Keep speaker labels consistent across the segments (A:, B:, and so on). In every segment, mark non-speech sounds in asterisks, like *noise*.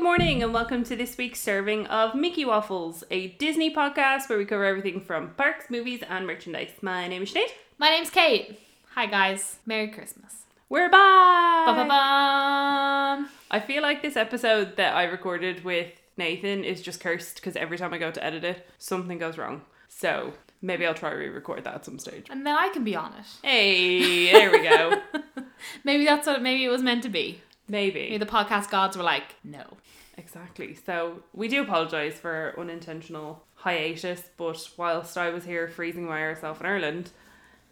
A: welcome to this week's serving of Mickey Waffles, a Disney podcast where we cover everything from parks, movies, and merchandise. My name is Sinead.
B: My name's Kate. Hi guys. Merry Christmas.
A: We're back!
B: Bum, bum, bum.
A: I feel like this episode that I recorded with Nathan is just cursed because every time I go to edit it, something goes wrong. So maybe I'll try re record that at some stage.
B: And then I can be on it.
A: Hey, there we go.
B: Maybe that's what maybe it was meant to be. Maybe
A: Maybe.
B: the podcast gods were like, no.
A: Exactly. So we do apologise for our unintentional hiatus, but whilst I was here freezing my ass off in Ireland,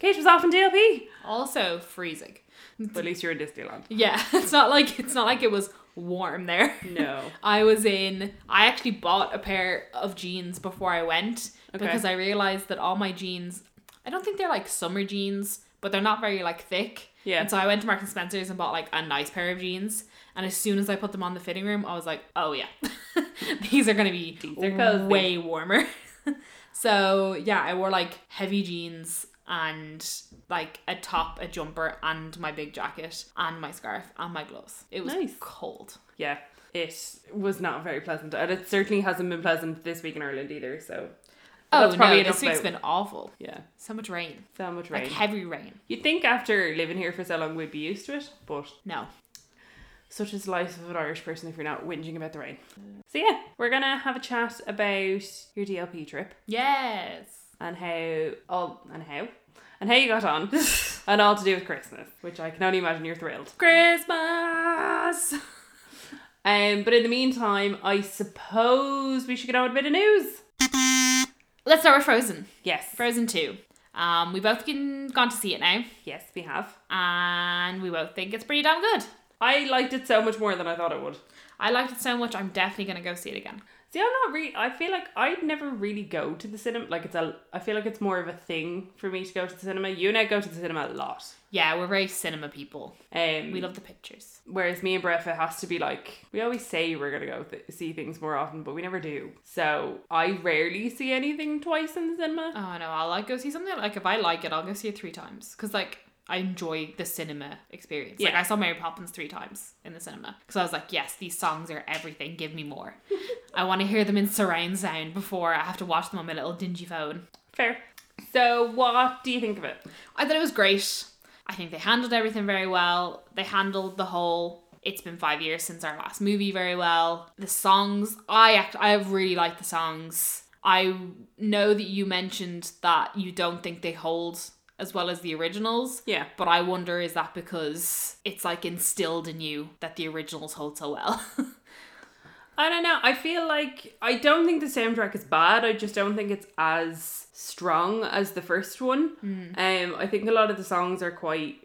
A: Kate was off in DLP.
B: Also freezing.
A: But at least you're in Disneyland.
B: Yeah, *laughs* it's not like it's not like it was warm there.
A: No.
B: I was in I actually bought a pair of jeans before I went
A: Okay.
B: because I realized that all my jeans I don't think they're like summer jeans, but they're not very like thick.
A: Yeah.
B: And so I went to Marks and Spencer's and bought like a nice pair of jeans. And as soon as I put them on the fitting room, I was like, oh yeah, *laughs* these are gonna be
A: are cozy.
B: way warmer. *laughs* so yeah, I wore like heavy jeans and like a top, a jumper, and my big jacket and my scarf and my gloves. It was
A: Nice.
B: cold.
A: *laughs* Yeah. It was not very pleasant, and it certainly hasn't been pleasant this week in Ireland either. So, But
B: Oh
A: that's probably
B: no,
A: enough
B: this week's
A: about-
B: been awful.
A: yeah,
B: So much rain.
A: so much rain.
B: Like heavy rain.
A: You'd think after living here for so long we'd be used to it, but
B: No.
A: such is the life of an Irish person if you're not whinging about the rain. So yeah, we're gonna have a chat about your DLP trip.
B: Yes.
A: and how all and how and how you got on *laughs* and all to do with christmas which i can only imagine you're thrilled
B: Christmas.
A: um but in the meantime i suppose we should get on with a bit of news
B: Let's start with Frozen.
A: yes
B: Frozen 2. Um, we both can, gone to see it now,
A: yes we have
B: and we both think it's pretty damn good.
A: i liked it so much more than i thought it would
B: I liked it so much, I'm definitely going to go see it again.
A: see i'm not really i feel like i'd never really go to the cinema like it's a i feel like it's more of a thing for me to go to the cinema you and i go to the cinema a lot
B: Yeah, we're very cinema people.
A: um
B: We love the pictures.
A: Whereas me and Bref, it has to be like we always say we're gonna go th- see things more often, but we never do. So I rarely see anything twice in the cinema.
B: Oh no, I'll like go see something. Like if I like it, I'll go see it three times because like I enjoy the cinema experience. Like
A: Yeah.
B: I saw Mary Poppins three times in the cinema because I was like, yes, these songs are everything. Give me more. I want to hear them in surround sound before I have to watch them on my little dingy phone.
A: Fair. So what do you think of it?
B: I thought it was great. I think they handled everything very well. They handled the whole it's been five years since our last movie very well. The songs, I act, I really like the songs. I know that you mentioned that you don't think they hold as well as the originals,
A: Yeah.
B: but I wonder is that because it's like instilled in you that the originals hold so well? *laughs*
A: I don't know. I feel like I don't think the soundtrack is bad. I just don't think it's as strong as the first one. Um, I think a lot of the songs are quite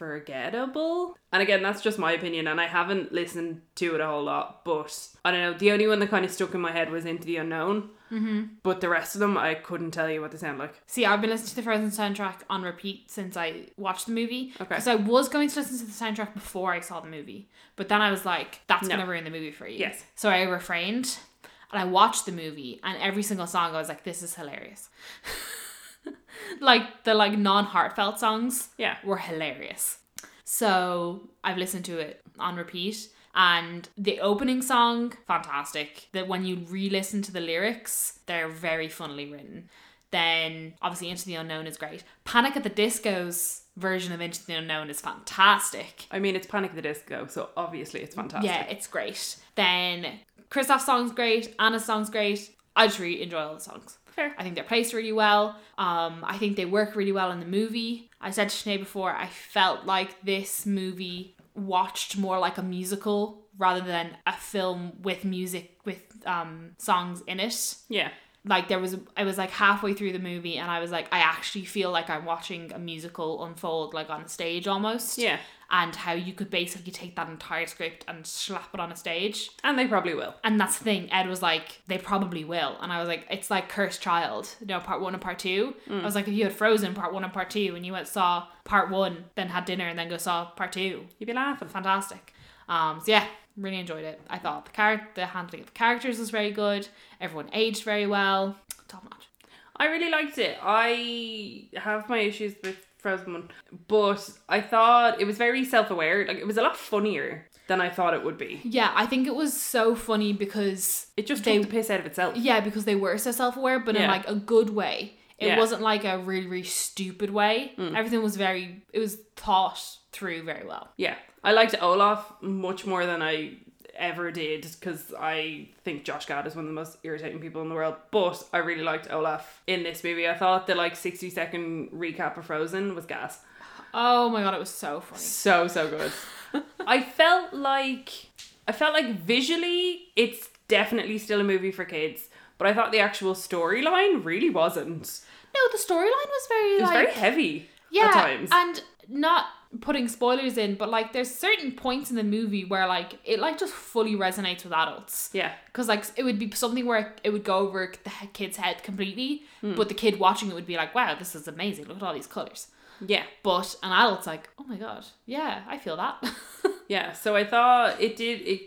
A: forgettable. And again, that's just my opinion, and I haven't listened to it a whole lot. But I don't know. The only one that kind of stuck in my head was "Into the Unknown." Mm-hmm. But the rest of them, I couldn't tell you what they sound like.
B: See, I've been listening to the Frozen soundtrack on repeat since I watched the movie.
A: Okay.
B: Because I was going to listen to the soundtrack before I saw the movie, but then I was like, "That's
A: No.
B: gonna ruin the movie for you."
A: Yes.
B: So I refrained, and I watched the movie, and every single song I was like, "This is hilarious." *laughs* like the like non heartfelt songs
A: Yeah.
B: were hilarious. So I've listened to it on repeat. And the opening song, fantastic. That when you re listen to the lyrics, they're very funnily written. Then obviously Into the Unknown is great. Panic at the Disco's version of Into the Unknown is fantastic.
A: I mean, it's Panic at the Disco, so obviously it's fantastic.
B: Yeah, it's great. Then Christoph's song's great, Anna's song's great. I just really enjoy all the songs.
A: Fair.
B: I think they're placed really well. Um, I think they work really well in the movie. I said to Sinead before, I felt like this movie watched more like a musical rather than a film with music with um, songs in it.
A: Yeah.
B: Like there was, I was like halfway through the movie, and I was like, I actually feel like I'm watching a musical unfold, like on stage almost.
A: Yeah.
B: And how you could basically take that entire script and slap it on a stage.
A: And they probably will.
B: And that's the thing. Ed was like, they probably will. And I was like, it's like Cursed Child, you know, part one and part two. I was like, if you had Frozen part one and part two and you went saw part one, then had dinner and then go saw part two,
A: You'd be laughing.
B: fantastic. Um, so yeah, really enjoyed it. I thought the char- the handling of the characters was very good. Everyone aged very well. Top notch.
A: I really liked it. I have my issues with Frozen One, but I thought it was very self aware. Like it was a lot funnier than I thought it would be.
B: Yeah, I think it was so funny because
A: It just
B: They-
A: took the piss out of itself.
B: yeah, because they were so self aware, but in
A: Yeah.
B: like a good way. It
A: Yeah. Mm.
B: wasn't like a really really stupid way. Everything was very it was thought through very well.
A: Yeah, I liked Olaf much more than I ever did because I think Josh Gad is one of the most irritating people in the world. But I really liked Olaf in this movie. I thought the like sixty second recap of Frozen was gas.
B: Oh my god, it was so funny.
A: So so good. *laughs* I felt like I felt like visually it's definitely still a movie for kids, but I thought the actual storyline really wasn't.
B: No, the storyline was very
A: It was
B: like
A: very heavy
B: yeah,
A: at times.
B: and not putting spoilers in, but like there's certain points in the movie where like it like just fully resonates with adults.
A: yeah.
B: Because like it would be something where it would go over the he- kid's head completely,
A: Mm.
B: but the kid watching it would be like, "Wow, this is amazing! Look at all these colors."
A: Yeah.
B: But an adult's like, "Oh my god, yeah, I feel that." *laughs*
A: Yeah, so I thought it did it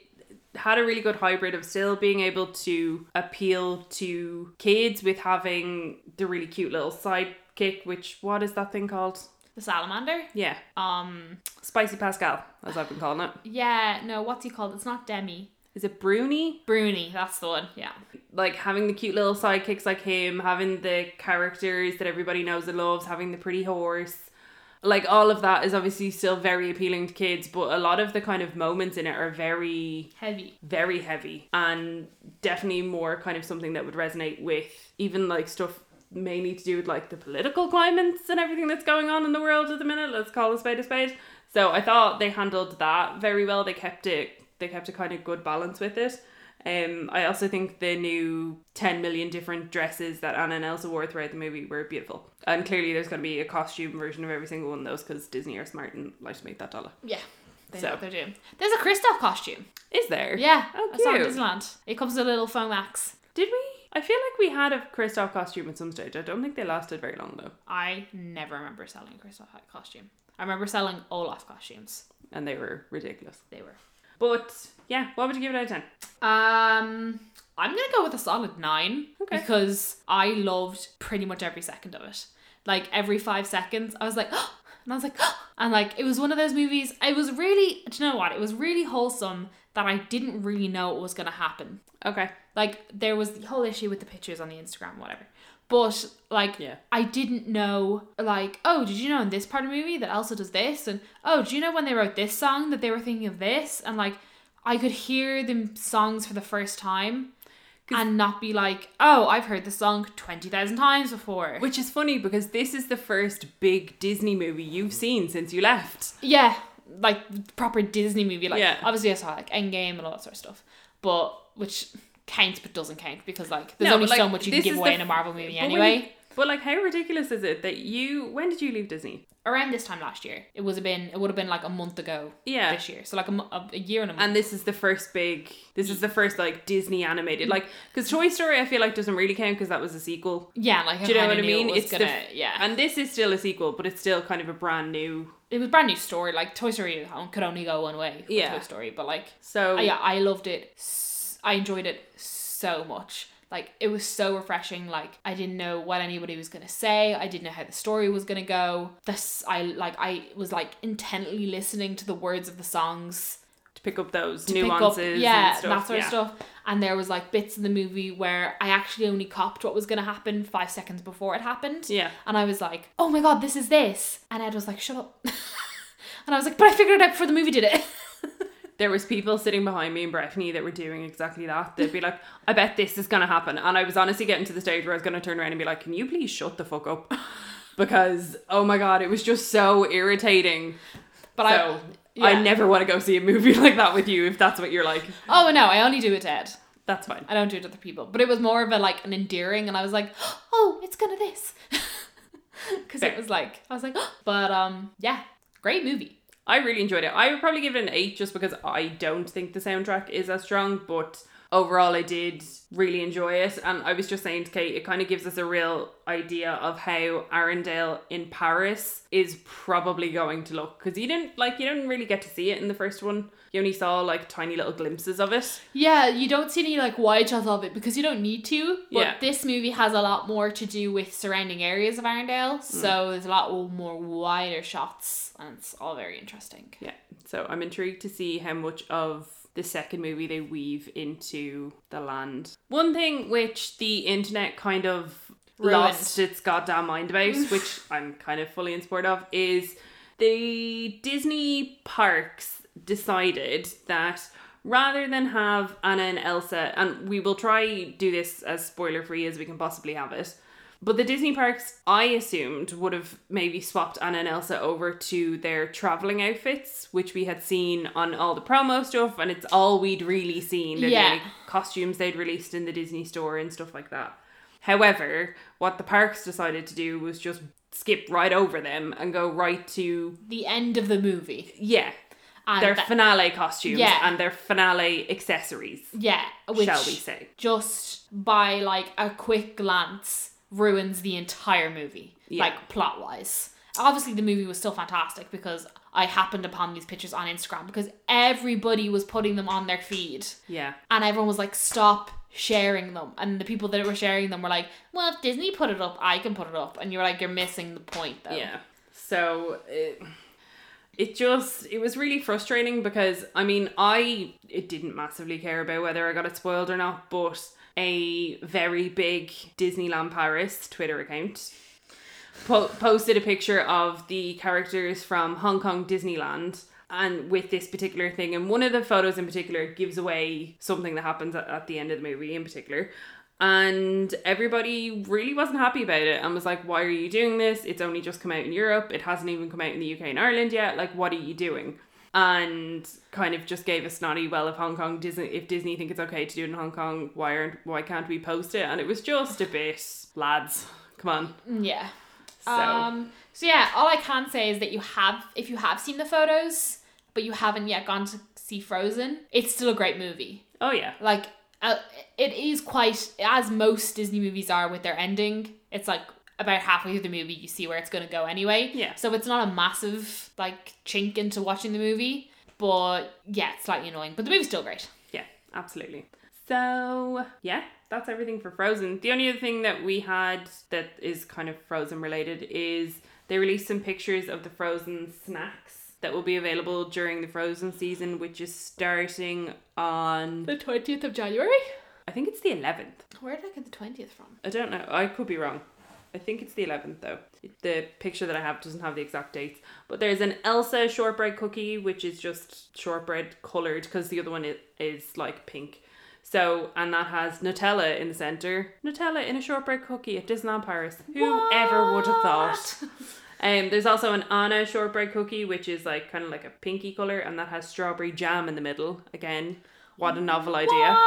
A: had a really good hybrid of still being able to appeal to kids with having the really cute little sidekick, which what is that thing called?
B: the salamander.
A: Yeah,
B: Um.
A: Spicy Pascal, as I've been calling it.
B: Yeah. No. What's he called? It's not Demi.
A: Is it Bruni?
B: Bruni. That's the one. Yeah.
A: Like having the cute little sidekicks like him, having the characters that everybody knows and loves, having the pretty horse. Like all of that is obviously still very appealing to kids, but a lot of the kind of moments in it are very
B: Heavy.
A: very heavy and definitely more kind of something that would resonate with even like stuff mainly to do with like the political climates and everything that's going on in the world at the minute let's call a spade a spade so i thought they handled that very well they kept it they kept a kind of good balance with it um i also think the new 10 million different dresses that anna and elsa wore throughout the movie were beautiful and clearly there's going to be a costume version of every single one of those because disney are smart and like to make that dollar
B: Yeah. They
A: So.
B: know what they're doing. There's a Kristoff costume.
A: is there
B: Yeah.
A: Oh,
B: I saw it in
A: cute.
B: Disneyland. It comes with a little foam axe.
A: Did we? I feel like we had a Kristoff costume at some stage. I don't think they lasted very long though,
B: I never remember selling a Kristoff costume. I remember selling Olaf costumes.
A: and they were ridiculous.
B: They were.
A: But yeah, what would you give it out of ten?
B: Um, I'm gonna go with a solid nine
A: Okay.
B: because I loved pretty much every second of it. Like every five seconds, I was like, *gasps* and I was like, and like it was one of those movies. It was really, do you know what? It was really wholesome that I didn't really know what was gonna happen.
A: Okay.
B: Like there was the whole issue with the pictures on the Instagram, whatever. But like
A: Yeah.
B: I didn't know like, oh, did you know in this part of the movie that Elsa does this? And oh, do you know when they wrote this song that they were thinking of this? And like I could hear the songs for the first time
A: 'Cause-
B: and not be like, oh, I've heard the song twenty thousand times before.
A: Which is funny because this is the first big Disney movie you've seen since you left.
B: Yeah, like proper Disney movie. Like
A: Yeah.
B: obviously I saw like Endgame and all that sort of stuff, but which counts but doesn't count because like there's
A: No,
B: only
A: but, like,
B: so much you can
A: this
B: give
A: is
B: away
A: the
B: in a
A: f-
B: Marvel movie
A: But when
B: anyway.
A: you- but like, how ridiculous is it that you? When did you leave Disney?
B: around this time last year. It was have been it would have been like a month ago
A: Yeah.
B: this year. So like a, mo- a- a year and a month.
A: And this is the first big. This is the first like Disney animated like because Toy Story I feel like doesn't really count because that was a sequel.
B: yeah, like
A: Do you know
B: kinda
A: what I
B: knew it
A: mean?
B: was
A: It's the
B: gonna
A: f-
B: yeah.
A: And this is still a sequel, but it's still kind of a brand new.
B: it was a brand new story. Like Toy Story on- could only go one way. with
A: Yeah.
B: Toy Story, but like
A: So
B: I- yeah, I loved it. s- I enjoyed it so much. Like it was so refreshing. Like I didn't know what anybody was gonna say. I didn't know how the story was gonna go. This I like I was like intently listening to the words of the songs.
A: to pick up those
B: to pick
A: nuances
B: up, yeah,
A: and stuff.
B: that sort
A: yeah.
B: of stuff. And there was like bits in the movie where I actually only copped what was gonna happen five seconds before it happened.
A: Yeah.
B: And I was like, oh my god, this is this. And Ed was like, shut up. *laughs* and I was like, but I figured it out before the movie did it. *laughs*
A: There was people sitting behind me in Breffni that were doing exactly that. They'd be like, I bet this is gonna happen. And I was honestly getting to the stage where I was gonna turn around and be like, Can you please shut the fuck up? *laughs* Because oh my god, it was just so irritating.
B: But
A: so
B: I,
A: I
B: yeah.
A: never want to go see a movie *laughs* like that with you if that's what you're like.
B: Oh no, I only do it to Ed.
A: That's fine.
B: I don't do it to other people. But it was more of a like an endearing, and I was like, oh, it's gonna this. *laughs* Because it
A: Fair.
B: was like, I was like, but um, yeah, great movie.
A: I really enjoyed it. I would probably give it an eight just because I don't think the soundtrack is as strong, but overall, I did really enjoy it. And I was just saying to Kate, it kind of gives us a real idea of how Arendelle in Paris is probably going to look. Because you didn't, like, you didn't really get to see it in the first one. You only saw, like, tiny little glimpses of it.
B: Yeah, you don't see any like wide shots of it because you don't need to. But
A: Yeah.
B: this movie has a lot more to do with surrounding areas of Arendelle, so there's a lot more wider shots, and it's all very interesting.
A: Yeah. So I'm intrigued to see how much of the second movie they weave into the land. One thing which the internet kind of
B: Ruined.
A: lost its goddamn mind about, which I'm kind of fully in support of, is the Disney parks decided that rather than have Anna and Elsa, and we will try do this as spoiler free as we can possibly have it. But the Disney parks, I assumed, would have maybe swapped Anna and Elsa over to their traveling outfits, which we had seen on all the promo stuff, and it's all we'd really seen. They're the
B: Yeah.
A: only costumes they'd released in the Disney store and stuff like that. However, what the parks decided to do was just skip right over them and go right to
B: The end of the movie,
A: yeah
B: and
A: their
B: that-
A: finale costumes
B: Yeah.
A: and their finale accessories,
B: yeah, which
A: shall we say?
B: just by like a quick glance ruins the entire movie,
A: Yeah.
B: like plot wise. Obviously, the movie was still fantastic because I happened upon these pictures on Instagram because everybody was putting them on their feed.
A: Yeah,
B: and everyone was like, "Stop sharing them." And the people that were sharing them were like, "Well, if Disney put it up, I can put it up." And you're like, "You're missing the point, though."
A: yeah. So it, it just it was really frustrating because I mean I it didn't massively care about whether I got it spoiled or not, but a very big Disneyland Paris Twitter account po- posted a picture of the characters from Hong Kong Disneyland and with this particular thing and one of the photos in particular gives away something that happens at, at the end of the movie in particular and everybody really wasn't happy about it and was like why are you doing this it's only just come out in Europe it hasn't even come out in the UK and Ireland yet like what are you doing and kind of just gave a snotty well if Hong Kong Disney if Disney think it's okay to do it in Hong Kong why aren't why can't we post it and it was just a bit lads come on
B: yeah.
A: so
B: Um. Mm. So yeah, all I can say is that you have, if you have seen the photos, but you haven't yet gone to see Frozen, it's still a great movie.
A: oh yeah
B: Like, uh, it is quite as most Disney movies are with their ending. It's like about halfway through the movie, you see where it's gonna go anyway.
A: Yeah.
B: So it's not a massive like chink into watching the movie, but yeah, it's slightly annoying. But the movie's still great.
A: Yeah, absolutely. So, yeah, that's everything for Frozen. The only other thing that we had that is kind of Frozen related is they released some pictures of the Frozen snacks that will be available during the Frozen season, which is starting on,
B: The twentieth of January.
A: I think it's the 11th.
B: Where did I get the twentieth from?
A: I don't know. I could be wrong. I think it's the 11th though. The picture that I have doesn't have the exact dates. But there's an Elsa shortbread cookie, which is just shortbread coloured because the other one is, is like pink. So, and that has Nutella in the centre. Nutella in a shortbread cookie at Disneyland Paris. Whoever would have thought? *laughs* Um, there's also an Anna shortbread cookie, which is like kind of like a pinky colour and that has strawberry jam in the middle. Again, what a novel idea.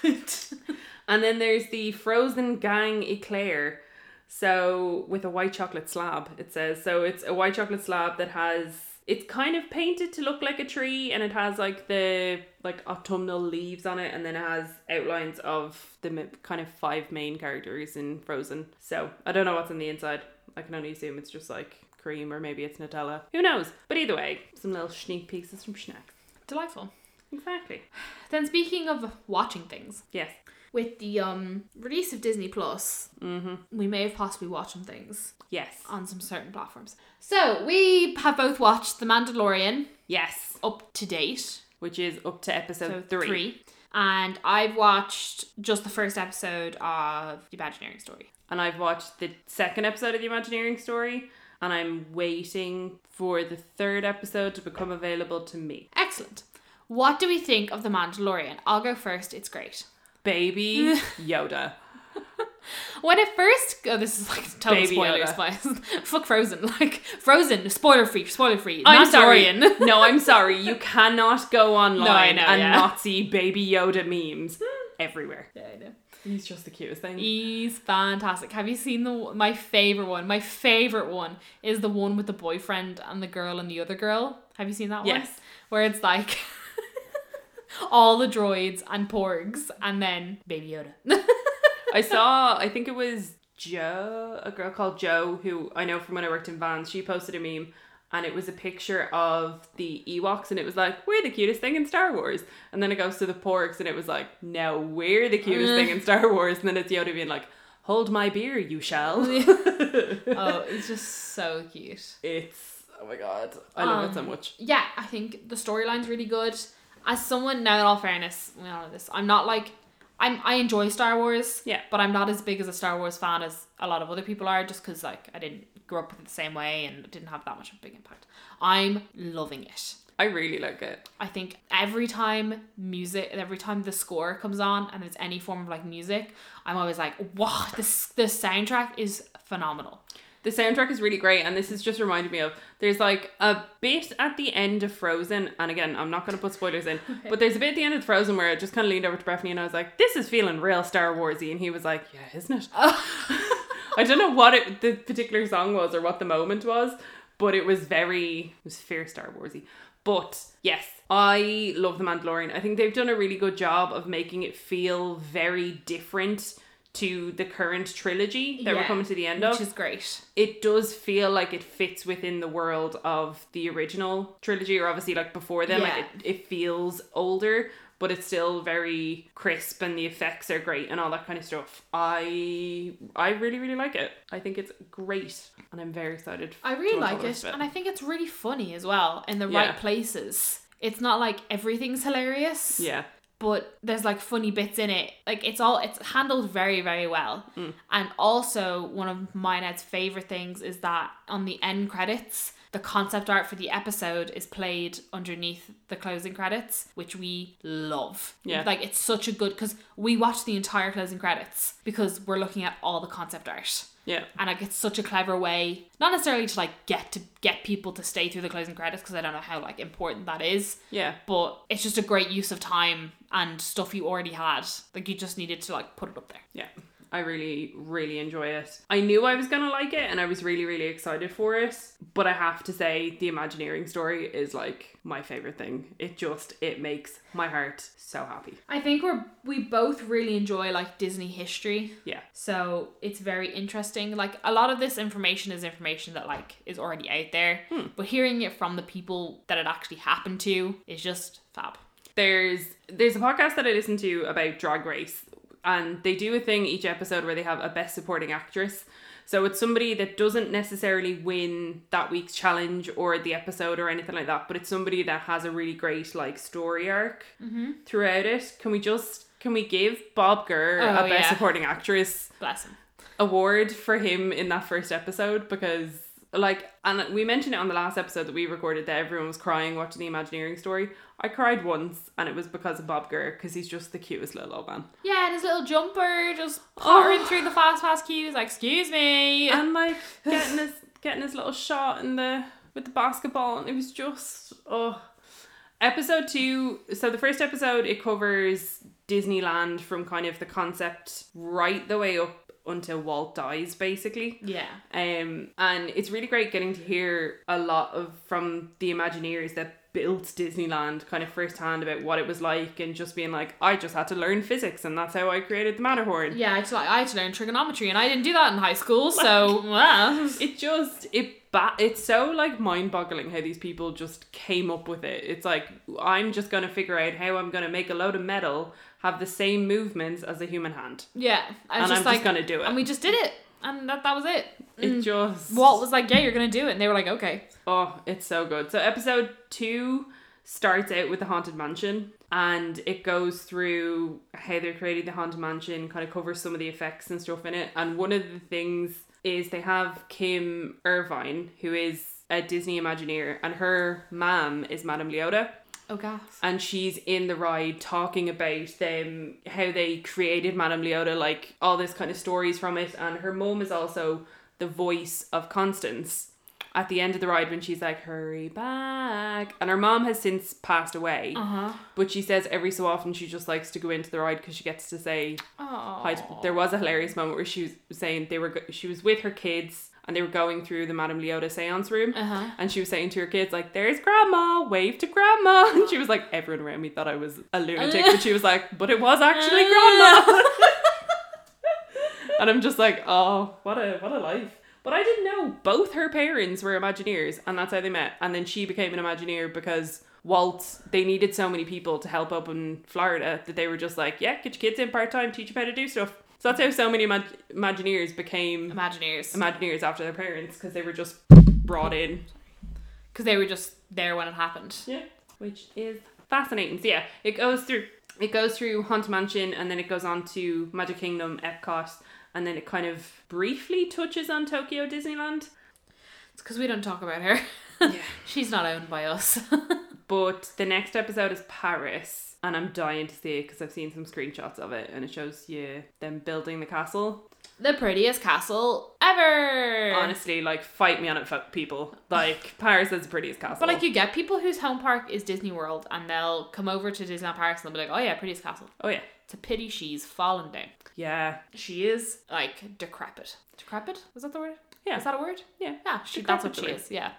B: What? *laughs*
A: And then there's the frozen gang eclair. So with a white chocolate slab, it says. So it's a white chocolate slab that has it's kind of painted to look like a tree and it has like the like autumnal leaves on it and then it has outlines of the m- kind of five main characters in Frozen. So I don't know what's on the inside. I can only assume it's just like cream or maybe it's Nutella. Who knows? But either way, some little sneak peeks and some snacks.
B: Delightful.
A: Exactly.
B: Then speaking of watching things,
A: Yes.
B: with the um release of Disney Plus, mm-hmm. we may have possibly watched some things
A: Yes.
B: on some certain platforms. So we have both watched The Mandalorian
A: Yes.
B: up to date,
A: Which is up to episode
B: so
A: Um, three.
B: and I've watched just the first episode of The Imagineering Story.
A: and I've watched the second episode of the Imagineering Story, and I'm waiting for the third episode to become available to me.
B: Excellent. What do we think of The Mandalorian? I'll go first. It's great.
A: Baby *laughs* Yoda.
B: When it first, oh, this is like total
A: Baby
B: spoilers. *laughs*
A: Yoda.
B: spoilers. Fuck Frozen, *laughs* like Frozen, spoiler free, spoiler free.
A: I'm sorry. *laughs*
B: Mandalorian. *laughs*
A: no, I'm sorry. You cannot go online
B: know,
A: and
B: yeah.
A: not see Baby Yoda *laughs* memes everywhere.
B: Yeah, I know.
A: He's just the cutest thing.
B: He's fantastic. Have you seen the one- my favorite one? My favorite one is the one with the boyfriend and the girl and the other girl. Have you seen that one?
A: Yes.
B: Where it's like *laughs* all the droids and porgs and then Baby Yoda. *laughs*
A: I saw, I think it was Joe, a girl called Joe, who I know from when I worked in Vans. She posted a meme and it was a picture of the Ewoks and it was like, we're the cutest thing in Star Wars. And then it goes to the Porgs and it was like, no, we're the cutest thing in Star Wars. And then it's Yoda being like, hold my beer, you shall.
B: oh, it's just so cute.
A: It's, oh my God. I love it so
B: Um,
A: much.
B: Yeah, I think the storyline's really good. As someone now, in all fairness, we all know this. I'm not like I'm. I enjoy Star Wars.
A: Yeah.
B: But I'm not as big as a Star Wars fan as a lot of other people are, just because like I didn't grow up with it the same way and didn't have that much of a big impact. I'm loving it.
A: I really like it.
B: I think every time music, every time the score comes on and there's any form of like music, I'm always like, wow, this the soundtrack is phenomenal.
A: The soundtrack is really great, and this has just reminded me of there's like a bit at the end of Frozen, and again, I'm not gonna put spoilers
B: *laughs*
A: in, but there's a bit at the end of Frozen where I just kind of leaned over to Breffney and I was like, "This is feeling real Star Warsy," and he was like, "Yeah, isn't it?"
B: Oh.
A: *laughs* I don't know what it, the particular song was or what the moment was, but it was very it was fair Star Warsy. But yes, I love the Mandalorian. I think they've done a really good job of making it feel very different to the current trilogy that we're
B: Yeah.
A: coming to the end of
B: Which is great.
A: it does feel like it fits within the world of the original trilogy or obviously like before them like
B: Yeah.
A: it, it feels older but it's still very crisp and the effects are great and all that kind of stuff i i really really like it i think it's great and i'm very excited
B: I
A: to
B: really
A: watch all
B: like
A: the
B: it,
A: rest of
B: and I think it's really funny as well in the
A: Yeah.
B: right places. It's not like everything's hilarious,
A: yeah
B: but there's like funny bits in it. Like it's all it's handled very very well.
A: Mm.
B: And also one of my dad's favorite things is that on the end credits, the concept art for the episode is played underneath the closing credits, which we love.
A: Yeah.
B: like it's such a good because we watch the entire closing credits because we're looking at all the concept art
A: yeah
B: and like it's such a clever way not necessarily to like get to get people to stay through the closing credits because i don't know how like important that is
A: yeah
B: but it's just a great use of time and stuff you already had like you just needed to like put it up there
A: Yeah, I really, really enjoy it. I knew I was gonna like it and I was really, really excited for it. But I have to say, the Imagineering story is like my favorite thing. It just it makes my heart so happy.
B: i think we're we both really enjoy like disney history
A: Yeah.
B: so it's very interesting like a lot of this information is information that like is already out there but hearing it from the people that it actually happened to is just fab
A: There's there's a podcast that I listen to about drag race and they do a thing each episode where they have a best supporting actress. So it's somebody that doesn't necessarily win that week's challenge or the episode or anything like that, but it's somebody that has a really great like story arc.
B: Mm-hmm.
A: throughout it. Can we just can we give Bob Gurr a
B: Oh,
A: Best
B: yeah.
A: Supporting Actress
B: bless him
A: award for him in that first episode because like and we mentioned it on the last episode that we recorded that everyone was crying watching the Imagineering story. I cried once and it was because of Bob Gurr because he's just the cutest little old man.
B: Yeah, and his little jumper just pottering
A: Oh. Um,
B: through the fast pass queues. Like, excuse me.
A: And like getting his getting his little shot in the with the basketball and it was just oh episode two so the first episode it covers Disneyland from kind of the concept right the way up until Walt dies basically.
B: yeah,
A: Um, and it's really great getting to hear a lot of from the Imagineers that built Disneyland kind of firsthand about what it was like and just being like, I just had to learn physics and that's how I created the Matterhorn.
B: yeah. It's like I had to learn trigonometry, and I didn't do that in
A: *laughs*
B: high school. So, well,
A: It just it ba- it's so like mind boggling how these people just came up with it. It's like I'm just gonna figure out how I'm gonna make a load of metal have the same movements as a human hand.
B: yeah. I was
A: and I'm
B: just like,
A: just gonna do it.
B: and we just did it, and that that was it.
A: it just
B: Walt was like, yeah, you're gonna do it, and they were like, okay.
A: Oh, it's so good. So episode two starts out with the haunted mansion and it goes through how they created the haunted mansion, kind of covers some of the effects and stuff in it. And one of the things is they have Kim Irvine, who is a Disney Imagineer, and her mom is Madame Leota
B: Oh gosh.
A: and she's in the ride talking about them how they created Madame Leota, like all this kind of stories from it. And her mum is also the voice of Constance at the end of the ride when she's like, "Hurry back!" And her mom has since passed away,
B: Uh huh.
A: but she says every so often she just likes to go into the ride because she gets to say
B: Oh.
A: I'd- there was a hilarious moment where she was saying they were go- she was with her kids and they were going through the Madame Leota seance room.
B: Uh-huh.
A: And she was saying to her kids, like, there's grandma, wave to grandma. *laughs* And she was like, everyone around me thought I was a lunatic, but she was like, but it was actually grandma. *laughs* and I'm just like, oh, what a what a life. But I didn't know both her parents were Imagineers, and that's how they met. And then she became an Imagineer because Walt, they needed so many people to help up in Florida that they were just like, yeah, get your kids in part time, teach them how to do stuff. So that's how so many Imag- Imagineers became
B: Imagineers.
A: Imagineers after their parents because they were just brought in.
B: Because they were just there when it happened.
A: Yeah, which is fascinating. So yeah, it goes through it goes through Haunted Mansion and then it goes on to Magic Kingdom, Epcot, and then it kind of briefly touches on Tokyo Disneyland.
B: It's because we don't talk about her.
A: Yeah.
B: *laughs* She's not owned by us. *laughs*
A: But the next episode is Paris, and I'm dying to see it because I've seen some screenshots of it, and it shows you them building the castle.
B: the prettiest castle ever.
A: Honestly, like fight me on it, fuck people. Like Paris is the prettiest castle.
B: But like you get people whose home park is Disney World and they'll come over to Disneyland Paris and they'll be like, oh yeah, prettiest castle.
A: oh yeah,
B: It's a pity she's fallen down.
A: yeah,
B: She is like decrepit. Decrepit? Was that the word?
A: Yeah.
B: Is that a word?
A: yeah,
B: Yeah, she, that's what she
A: Decrepit's
B: is. Yeah.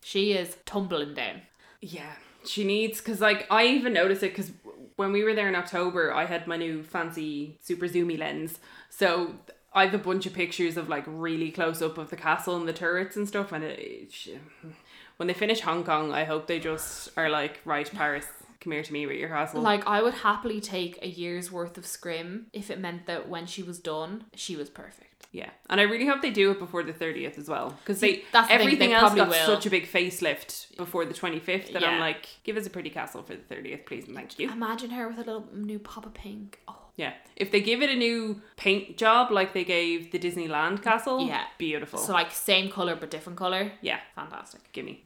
B: She is tumbling down.
A: yeah. She needs because like I even noticed it because when we were there in October, I had my new fancy super zoomy lens, so. I have a bunch of pictures of like really close up of the castle and the turrets and stuff, and it, it she- when they finish Hong Kong, I hope they just are like, right, Paris, come here to me with your castle.
B: Like, I would happily take a year's worth of scrim if it meant that when she was done, she was perfect.
A: yeah, and I really hope they do it before the thirtieth as well, because
B: See,
A: they
B: that's the thing, they
A: everything else
B: probably
A: got
B: will.
A: such a big facelift before the twenty fifth that
B: Yeah.
A: I'm like, give us a pretty castle for the thirtieth, please, and thank you.
B: Imagine her with a little new pop of pink. Oh.
A: Yeah, if they give it a new paint job like they gave the Disneyland castle,
B: Yeah.
A: beautiful.
B: So, like, same color but different color.
A: yeah,
B: Fantastic.
A: gimme.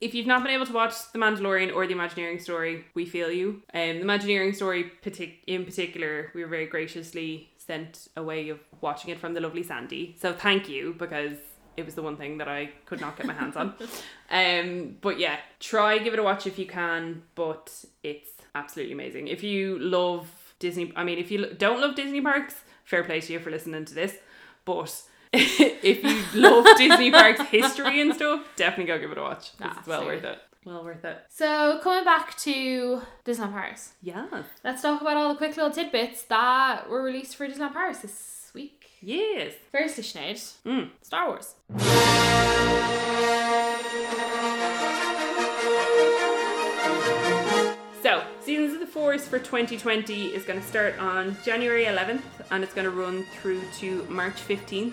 A: If you've not been able to watch The Mandalorian or The Imagineering Story, we feel you. Um, the Imagineering Story, partic- in particular, we were very graciously sent a way of watching it from the lovely Sandy. So thank you because it was the one thing that I could not get my hands on. Um, but yeah, try give it a watch if you can. But it's absolutely amazing. If you love Disney, I mean, if you lo- don't love Disney parks, fair play to you for listening to this. But *laughs* if you *laughs* love Disney parks history and stuff, definitely go give it a watch. 'cause
B: Ah,
A: it's well worth
B: absolutely.
A: it. Well worth it.
B: So, coming back to Disneyland Paris,
A: Yeah.
B: let's talk about all the quick little tidbits that were released for Disneyland Paris this week.
A: Yes.
B: Firstly, Sinead,
A: Mm.
B: Star Wars.
A: So, Seasons of the Force for 2020 is going to start on January 11th and it's going to run through to March 15th.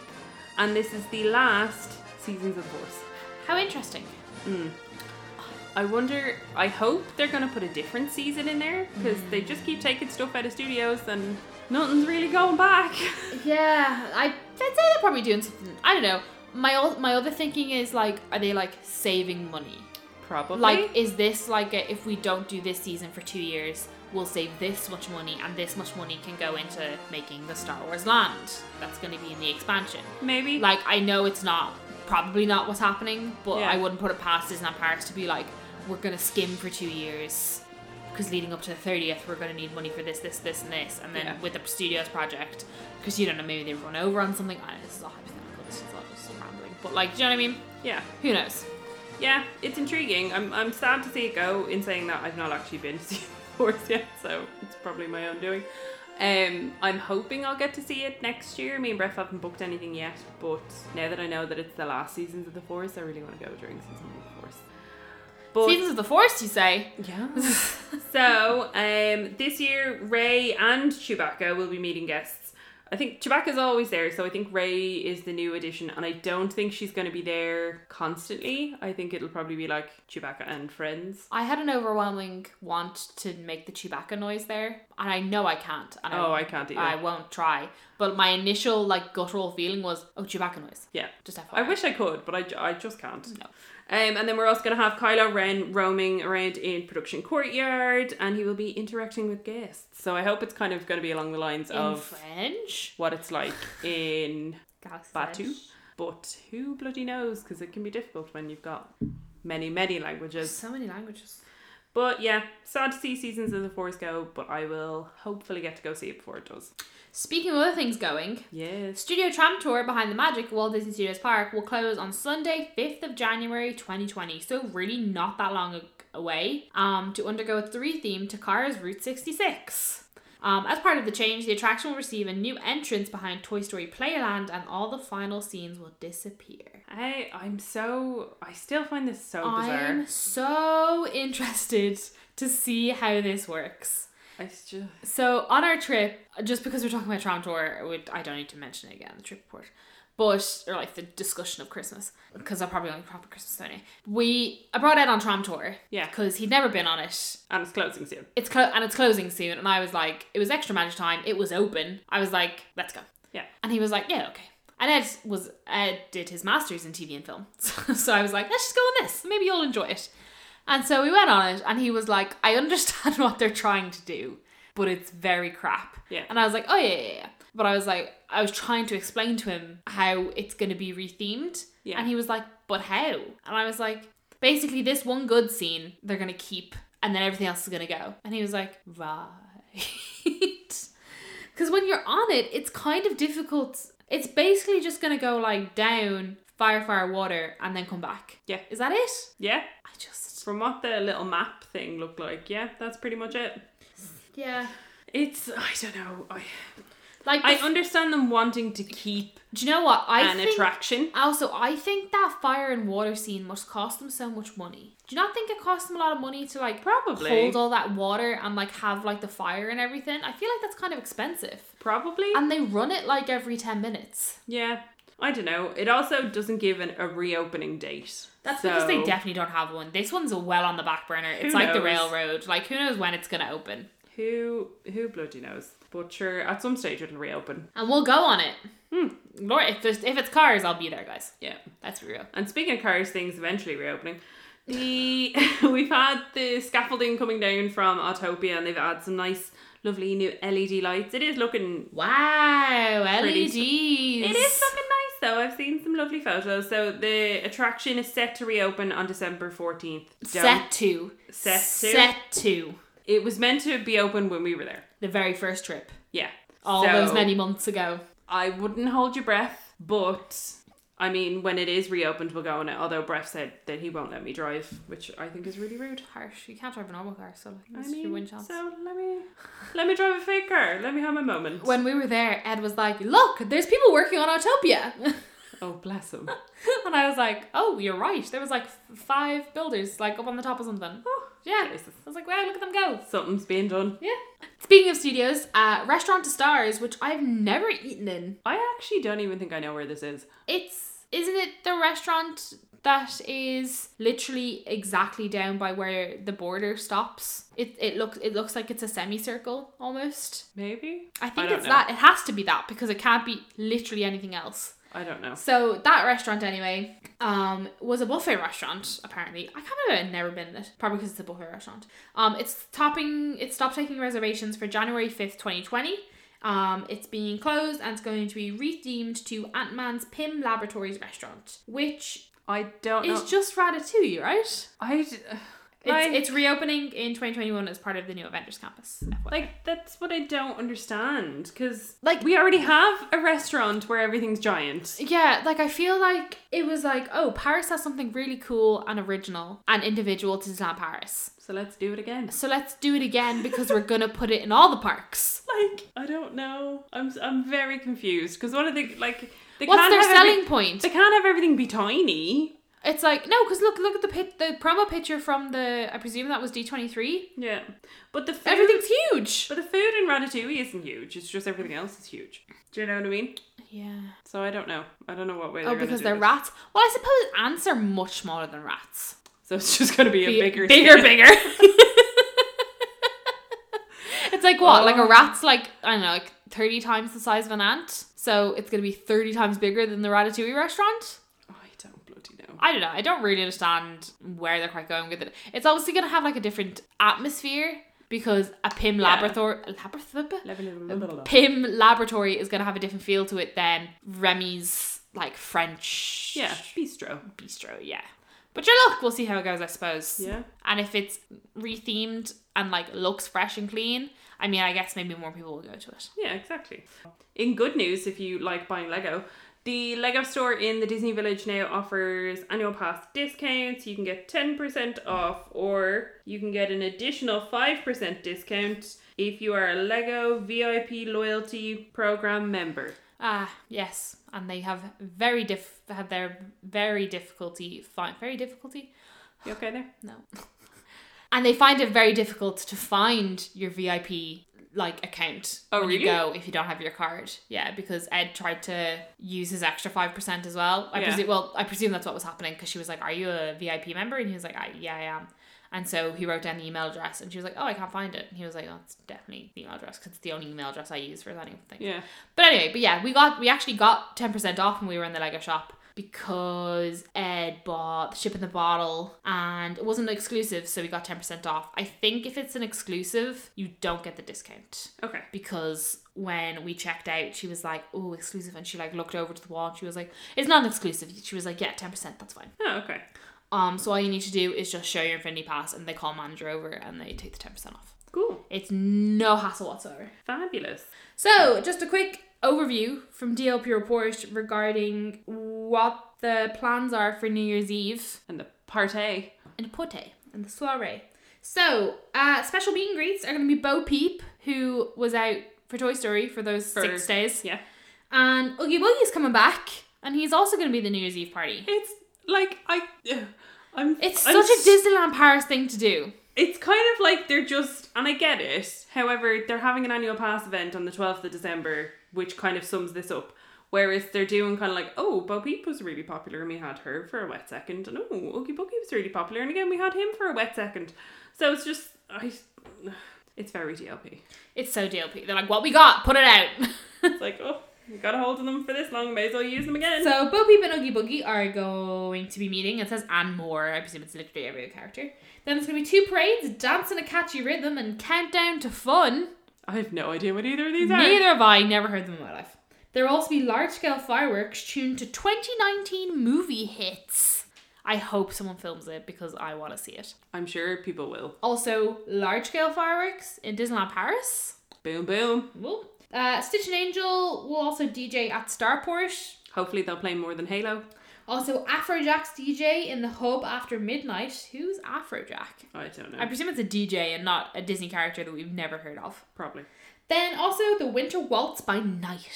A: And this is the last Seasons of the Force.
B: How interesting.
A: I wonder, I hope they're going to put a different season in there because
B: Mm.
A: they just keep taking stuff out of studios and nothing's really going back. *laughs*
B: Yeah, I, I'd say they're probably doing something. I don't know. My o- my other thinking is like, are they like saving money?
A: Probably.
B: Like, is this like a, if we don't do this season for two years, we'll save this much money, and this much money can go into making the Star Wars land that's going to be in the expansion.
A: maybe.
B: Like, I know it's not probably not what's happening, but
A: Yeah.
B: I wouldn't put it past Disneyland Paris to be like, we're going to skim for two years. Because leading up to the 30th, we're going to need money for this, this, this, and this. And then
A: Yeah.
B: with the studios project, because you don't know, maybe they run over on something. I know this is all hypothetical, this is all just rambling. But, like, do you know what I mean?
A: yeah.
B: Who knows?
A: Yeah, it's intriguing. I'm, I'm sad to see it go. In saying that, I've not actually been to *laughs* see the Force yet, so it's probably my own doing. Um, I'm hoping I'll get to see it next year. Me and Brett haven't booked anything yet, but now that I know that it's the last seasons of the Force, I really want to go during season of the Force. But
B: Seasons of the Force, you say?
A: yeah. so um, this year, Ray and Chewbacca will be meeting guests. I think Chewbacca's always there, so I think Ray is the new addition, and I don't think she's going to be there constantly. I think it'll probably be like Chewbacca and friends.
B: *laughs* I had an overwhelming want to make the Chewbacca noise there, and I know I can't. And
A: Oh,
B: I,
A: I can't either.
B: I won't try. But my initial like guttural feeling was, oh, Chewbacca noise.
A: yeah.
B: Just FYI.
A: I wish I could, but I, ju- I just can't.
B: No.
A: Um, and then we're also going to have Kylo Ren roaming around in production courtyard, and he will be interacting with guests. So I hope it's kind of going to be along the lines
B: in
A: of
B: French.
A: what it's like in
B: Galaxy's
A: Batu.
B: Edge.
A: But who bloody knows? Because it can be difficult when you've got many, many languages.
B: So many languages.
A: But yeah, sad to see seasons of the force go, but I will hopefully get to go see it before it does.
B: Speaking of other things going, the
A: Yes.
B: Studio Tram Tour Behind the Magic at Walt Disney Studios Park will close on Sunday, 5th of January 2020, so really not that long ag- away, um, to undergo a three theme to Cars Route 66. Um, as part of the change, the attraction will receive a new entrance behind Toy Story Playland, and all the final scenes will disappear.
A: I I'm so I still find this so bizarre.
B: I'm so interested to see how this works.
A: I just
B: So on our trip, just because we're talking about Tram Tour, we, I don't need to mention it again, the trip report. But, or like the discussion of Christmas, because I'll probably only talk about Christmas anyway. We, I brought Ed on Tram Tour.
A: Yeah.
B: Because he'd never been on it.
A: and it's closing soon.
B: It's clo- and it's closing soon. And I was like, it was extra magic time. It was open. I was like, let's go.
A: Yeah.
B: And he was like, yeah, okay. And Ed was, Ed did his master's in TV and film. *laughs* So, so I was like, let's just go on this. Maybe you'll enjoy it. And so we went on it, and he was like, I understand *laughs* what they're trying to do, but it's very crap.
A: Yeah.
B: And I was like, oh, yeah, yeah, yeah. But I was like, I was trying to explain to him how it's going to be rethemed.
A: Yeah.
B: And he was like, but how? And I was like, basically, this one good scene they're going to keep, and then everything else is going to go. And he was like, right. *laughs* Because when you're on it, it's kind of difficult. It's basically just going to go like down, fire, fire, water, and then come back.
A: Yeah.
B: Is that it?
A: Yeah.
B: I just.
A: From what the little map thing looked like, yeah, that's pretty much it.
B: Yeah.
A: It's I don't know. I
B: Like,
A: I
B: the-
A: understand them wanting to keep
B: do you know what? I
A: an
B: think,
A: attraction.
B: Also, I think that fire and water scene must cost them so much money. Do you not think it cost them a lot of money to like
A: Probably.
B: hold all that water and like have like the fire and everything? I feel like that's kind of expensive.
A: Probably.
B: And they run it like every ten minutes.
A: yeah. I don't know. It also doesn't give an, a reopening date.
B: That's because they
A: So-
B: definitely don't have one. This one's well on the back burner. It's
A: Who
B: like the
A: knows?
B: railroad. Like who knows when it's gonna open?
A: Who who bloody knows? But sure, at some stage it'll reopen.
B: And we'll go on it. Hmm. Lord, if there's if it's cars, I'll be there, guys.
A: Yeah.
B: Let's be real.
A: And speaking of cars, things eventually reopening. The *laughs* we've had the scaffolding coming down from Autopia, and they've had some nice, lovely new LED lights. It is looking
B: Wow, E
A: Pretty
B: LEDs.
A: s- It is looking nice though. I've seen some lovely photos. So the attraction is set to reopen on December 14th. Don't-
B: Set two.
A: Set two.
B: Set two.
A: It was meant to be open when we were there.
B: The very first trip.
A: Yeah.
B: All
A: So,
B: those many months ago.
A: I wouldn't hold your breath, but I mean, when it is reopened, we'll go on it. Although Breff said that he won't let me drive, which I think is really rude.
B: Harsh. You can't drive a normal car, so
A: I
B: that's your win
A: mean,
B: chance.
A: so let me let me drive a fake car. Let me have a moment.
B: when we were there, Ed was like, Look, there's people working on Autopia. *laughs*
A: oh, bless him.
B: and I was like, Oh, you're right. There was like f- five builders like up on the top of something.
A: Oh,
B: *laughs* yeah.
A: Jesus.
B: I was like, Wow, look at them go.
A: Something's being done.
B: Yeah. Speaking of studios, uh, Restaurant to Stars, which I've never eaten in.
A: I actually don't even think I know where this is.
B: It's isn't it the restaurant that is literally exactly down by where the border stops? It it looks it looks like it's a semicircle almost.
A: Maybe
B: I think
A: don't
B: it's
A: know.
B: that. It has to be that because it can't be literally anything else.
A: I don't know.
B: So that restaurant anyway, um, was a buffet restaurant apparently. I can't believe I've never been in it. Probably because it's a buffet restaurant. Um, it's topping. It stopped taking reservations for January fifth, twenty twenty. Um, it's being closed and it's going to be rethemed to Ant Man's Pym Laboratories restaurant, which
A: I don't know.
B: is just Ratatouille, right?
A: I d-
B: It's,
A: like,
B: it's reopening in 2021 as part of the new Avengers campus. FYI.
A: like that's what I don't understand because
B: Like-
A: like we already have a restaurant where everything's giant.
B: Yeah, like I feel like it was like, oh, Paris has something really cool and original and individual to Disneyland Paris.
A: So let's do it again.
B: So let's do it again because we're gonna put it in all the parks.
A: *laughs* Like I don't know. I'm s- I'm very confused because one of the like they
B: What's
A: can't
B: their
A: have
B: selling
A: every-
B: point?
A: they can't have everything be tiny.
B: It's like no, because look, look at the pit, the promo picture from the. I presume that was D twenty three.
A: Yeah, but the food,
B: Everything's huge.
A: But the food in Ratatouille isn't huge. It's just everything else is huge. Do you know what I mean?
B: Yeah.
A: So I don't know. I don't know what way.
B: Oh,
A: they're gonna
B: because
A: do
B: they're
A: this.
B: rats. Well, I suppose ants are much smaller than rats.
A: So it's just gonna be a
B: Be-
A: bigger,
B: bigger,
A: scale.
B: bigger. *laughs* it's like what? Like a
A: Oh.
B: rat's like I don't know, like thirty times the size of an ant. So it's gonna be thirty times bigger than the Ratatouille restaurant.
A: *laughs* Oh, I don't bloody know.
B: I don't know. I don't really understand where they're quite going with it. It's obviously gonna have like a different atmosphere because a Pym
A: Yeah.
B: laboratory, laboratory,
A: Level-
B: Pym laboratory is gonna have a different feel to it than Remy's like French
A: Yeah, bistro.
B: bistro. Yeah. But your look, we'll see how it goes, I suppose.
A: Yeah.
B: And if it's rethemed and like looks fresh and clean, I mean, I guess maybe more people will go to it.
A: Yeah, exactly. In good news, if you like buying Lego, the Lego store in the Disney Village now offers annual pass discounts. You can get 10% off, or you can get an additional 5% discount if you are a Lego VIP loyalty program member.
B: Ah, yes, and they have very diff had their very difficulty find very difficulty
A: You okay there?
B: no, and they find it very difficult to find your VIP like account
A: Oh,
B: when
A: really?
B: you go if you don't have your card. Yeah, because Ed tried to use his extra five percent as well. I
A: Yeah.
B: presume well, I presume that's what was happening because she was like, "Are you a VIP member?" and he was like, I, "Yeah, I am." And so he wrote down the email address, and she was like, "Oh, I can't find it." And he was like, "Oh, it's definitely the email address because it's the only email address I use for that thing."
A: Yeah.
B: But anyway, but yeah, we got we actually got ten percent off when we were in the Lego shop because Ed bought the ship in the bottle and it wasn't exclusive, so we got ten percent off. I think if it's an exclusive, you don't get the discount
A: Okay.
B: because when we checked out, she was like, "Oh, exclusive," and she like looked over to the wall and she was like, "It's not an exclusive." She was like, "Yeah, ten percent, that's fine."
A: Oh, okay.
B: Um, so all you need to do is just show your Infinity Pass and they call manager over and they take the ten percent off.
A: Cool.
B: It's no hassle whatsoever.
A: Fabulous.
B: So, just a quick overview from DLP Report regarding what the plans are for New Year's Eve
A: And the party.
B: and Pote and the soiree. So, uh, special meet and greets are going to be Bo Peep, who was out for Toy Story for those
A: For-
B: six days,
A: Yeah.
B: and Oogie Boogie's coming back, and he's also going to be the New Year's Eve party.
A: It's like, I. I'm,
B: It's
A: I'm
B: such
A: s-
B: a Disneyland Paris thing to do.
A: it's kind of like they're just, and I get it. However, they're having an annual pass event on the 12th of December, which kind of sums this up. Whereas they're doing kind of like, oh, Bo Peep was really popular and we had her for a wet second. And oh, Oogie Boogie was really popular and again we had him for a wet second. So it's just, I, *sighs* it's very DLP.
B: It's so DLP. They're like, what we got, put it out. *laughs*
A: It's like, oh, you got a hold of them for this long, may as well use them again.
B: So Bo Peep and Oogie Boogie are going to be meeting. It says and more. I presume it's literally every character. Then there's going to be two parades, dance in a catchy rhythm, and countdown to fun.
A: I have no idea what either of these are.
B: Neither have I. Never heard them in my life. There will also be large-scale fireworks tuned to 2019 movie hits. I hope someone films it because I want to see it.
A: I'm sure people will.
B: Also, large-scale fireworks in Disneyland Paris.
A: Boom, boom.
B: Whoa. Uh, Stitch and Angel will also DJ at Starport.
A: Hopefully they'll play more than Halo.
B: Also, Afrojack's DJ in the hub after midnight. Who's Afrojack?
A: I don't know.
B: I presume it's a DJ and not a Disney character that we've never heard of.
A: Probably.
B: Then also the Winter Waltz by night.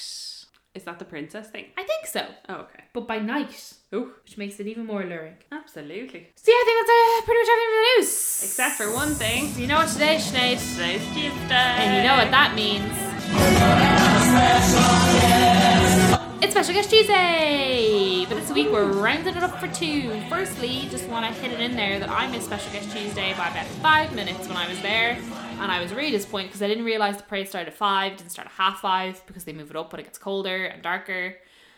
A: Is that the princess thing?
B: I think so,
A: Oh, okay.
B: but by night,
A: Oh,
B: which makes it even more alluring.
A: absolutely.
B: So yeah, I think that's uh, pretty much everything in the news.
A: Except for one thing.
B: You know what today, Sinead?
A: Today's Tuesday.
B: And you know what that means. It's Special Guest Tuesday! But this week we're rounding it up for two. Firstly, just want to hit it in there that I missed Special Guest Tuesday by about five minutes when I was there. And I was really disappointed because I didn't realise the parade started at five, didn't start at half five because they move it up when it gets colder and darker.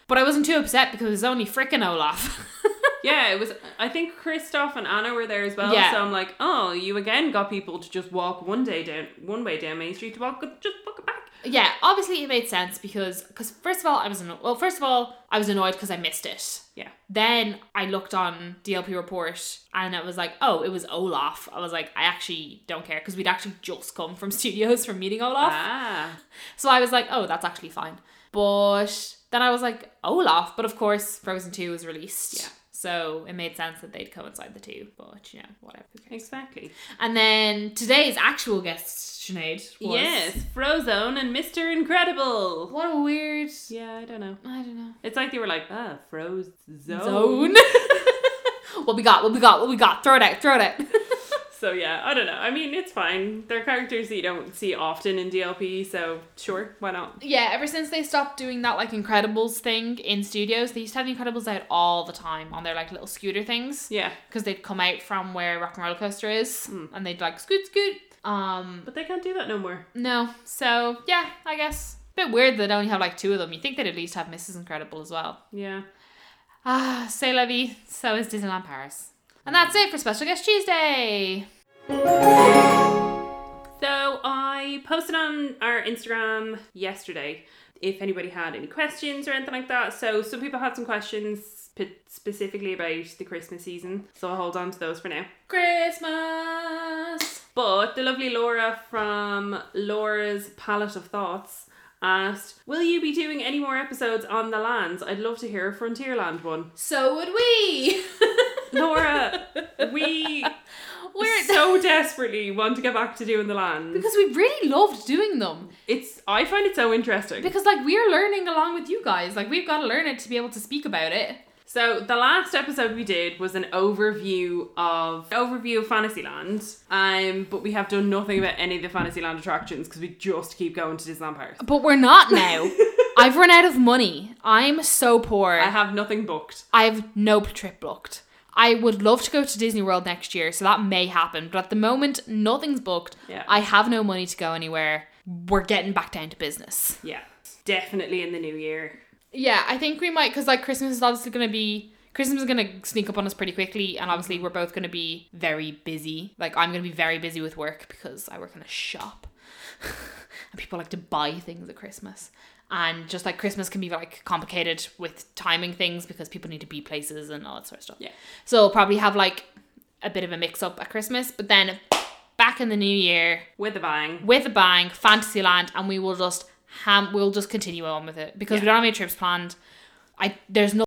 B: But I wasn't too upset because it was only frickin' Olaf. *laughs*
A: Yeah, it was. I think Christoph and Anna were there as well.
B: Yeah.
A: So I'm like, oh, you again got people to just walk one day down, one way down Main Street to walk, just walk it back.
B: Yeah, obviously it made sense because because first of all I was anno- well first of all I was annoyed because I missed it.
A: Yeah.
B: Then I looked on DLP report and it was like oh it was Olaf. I was like I actually don't care because we'd actually just come from *laughs* studios from meeting Olaf.
A: Ah.
B: So I was like oh that's actually fine. But then I was like Olaf, but of course Frozen Two was released.
A: Yeah.
B: So it made sense that they'd coincide the two. But you know whatever. who cares?
A: Exactly.
B: And then today's actual guest Sinead was
A: Yes, Frozone and Mr. Incredible.
B: What a weird.
A: Yeah, I don't know.
B: I don't know.
A: It's like they were like, ah, Frozone.
B: zone. *laughs* what we got, what we got, what we got. Throw it out, throw it out. *laughs*
A: So yeah, I don't know. I mean, it's fine. They're characters that you don't see often in DLP, so sure, why not?
B: yeah, ever since they stopped doing that like Incredibles thing in studios, they used to have the Incredibles out all the time on their like little scooter things.
A: Yeah, Hmm.
B: Because they'd come out from where Rock and Roller Coaster is and they'd like scoot scoot. Um
A: but they can't do that no more.
B: no. So yeah, I guess. Bit weird that they only have like two of them. You think they'd at least have Mrs. Incredible as well.
A: Yeah.
B: Ah, c'est la vie. So is Disneyland Paris. And that's it for Special Guest Tuesday.
A: So I posted on our Instagram yesterday if anybody had any questions or anything like that. So some people had some questions p- specifically about the Christmas season, so I'll hold on to those for now.
B: Christmas.
A: But the lovely Laura from Laura's Palette of Thoughts asked, Will you be doing any more episodes on the lands? I'd love to hear a Frontierland one.
B: So would we. *laughs*
A: Laura, we
B: We're
A: so desperately want to get back to doing the lands.
B: because we really loved doing them.
A: It's I find it so interesting.
B: Because like we're learning along with you guys. Like we've got to learn it to be able to speak about it.
A: So the last episode we did was an overview of overview of Fantasyland. Um, but we have done nothing about any of the Fantasyland attractions because we just keep going to Disneyland Paris.
B: But we're not *laughs* now. I've run out of money. I'm so poor.
A: I have nothing booked.
B: I've no trip booked. I would love to go to Disney World next year, so that may happen. But at the moment, nothing's booked.
A: Yeah.
B: I have no money to go anywhere. We're getting back down to business.
A: Yeah, definitely in the new year.
B: Yeah, I think we might, because like Christmas is obviously going to be. Christmas is going to sneak up on us pretty quickly, and obviously we're both going to be very busy. Like, I'm going to be very busy with work because I work in a shop. *laughs* and people like to buy things at Christmas. And just like Christmas can be like complicated with timing things because people need to be places and all that sort of stuff.
A: Yeah.
B: So we'll probably have like a bit of a mix up at Christmas, but then back in the new year
A: With a bang.
B: with a bang, Fantasyland, and we will just ham we'll just continue on with it because we
A: Yeah.
B: don't have any trips planned. I there's no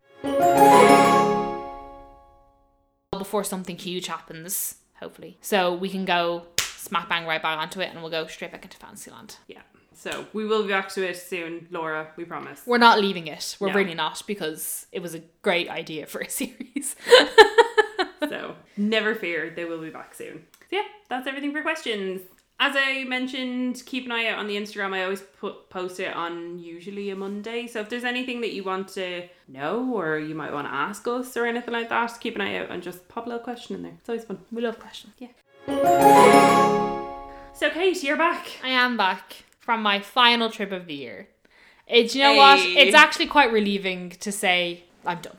B: before something huge happens, hopefully. So we can go smack bang right back onto it and we'll go straight back into Fantasyland.
A: Yeah. So we will be back to it soon, Laura, we promise.
B: We're not leaving it. We're
A: No.
B: really not because it was a great idea for a *laughs* series.
A: so never fear, they will be back soon. So yeah, that's everything for questions. As I mentioned, keep an eye out on the Instagram. I always put post it on usually a Monday. So if there's anything that you want to know or you might want to ask us or anything like that, keep an eye out and just pop a little question in there. It's always fun.
B: we love questions.
A: So Kate, you're back.
B: I am back from my final trip of the year. It's you know what?
A: Hey.
B: It's actually quite relieving to say I'm done.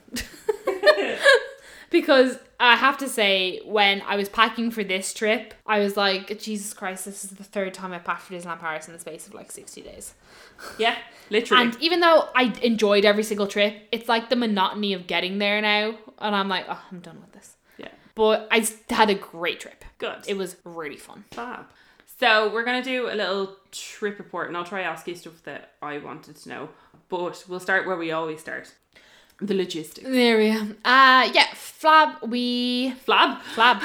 B: because I have to say, when I was packing for this trip, I was like, Jesus Christ, this is the third time I packed for Disneyland Paris in the space of like 60 days.
A: Yeah, literally.
B: And even though I enjoyed every single trip, it's like the monotony of getting there now. And I'm like, oh, I'm done with this.
A: yeah,
B: But I s- had a great trip.
A: good.
B: It was really fun.
A: Fab. So we're gonna do a little trip report, and I'll try ask you stuff that I wanted to know. But we'll start where we always start, the logistics.
B: There we are. Uh, yeah, Flab, we
A: Flab, *laughs*
B: Flab.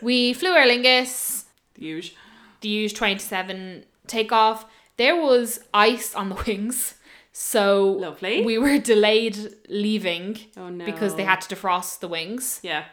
B: we flew Aer Lingus,
A: the usual.
B: the huge 27 takeoff. There was ice on the *laughs* wings. So
A: Lovely.
B: we were delayed leaving
A: Oh no.
B: because they had to defrost the wings.
A: Yeah.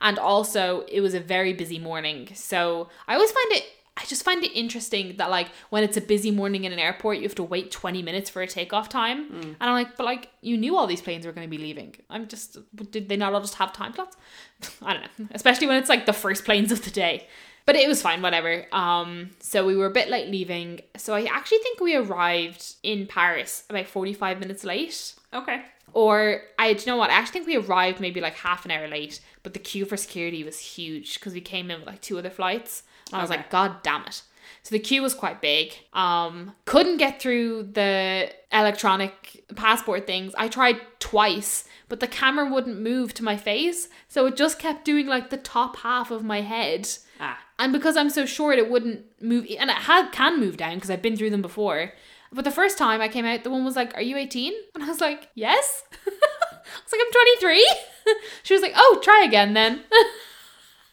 B: And also it was a very busy morning. So I always find it I just find it interesting that like when it's a busy morning in an airport, you have to wait 20 minutes for a takeoff time. And I'm like, but like you knew all these planes were going to be leaving. I'm just did they not all just have time slots? *laughs* I don't know. Especially when it's like the first planes of the day. But it was fine, whatever. Um, so we were a bit late leaving. So I actually think we arrived in Paris about 45 minutes late.
A: Okay.
B: Or I do you know what? I actually think we arrived maybe like half an hour late, but the queue for security was huge because we came in with like two other flights. And I was
A: Okay.
B: like, God damn it. So the queue was quite big. Um, couldn't get through the electronic passport things. I tried twice, but the camera wouldn't move to my face. So it just kept doing like the top half of my head.
A: Ah.
B: And because I'm so short, it wouldn't move. And it had, can move down because I've been through them before. But the first time I came out, the one was like, Are you 18? And I was like, Yes. *laughs* I was like, I'm 23. *laughs* she was like, Oh, try again then. *laughs*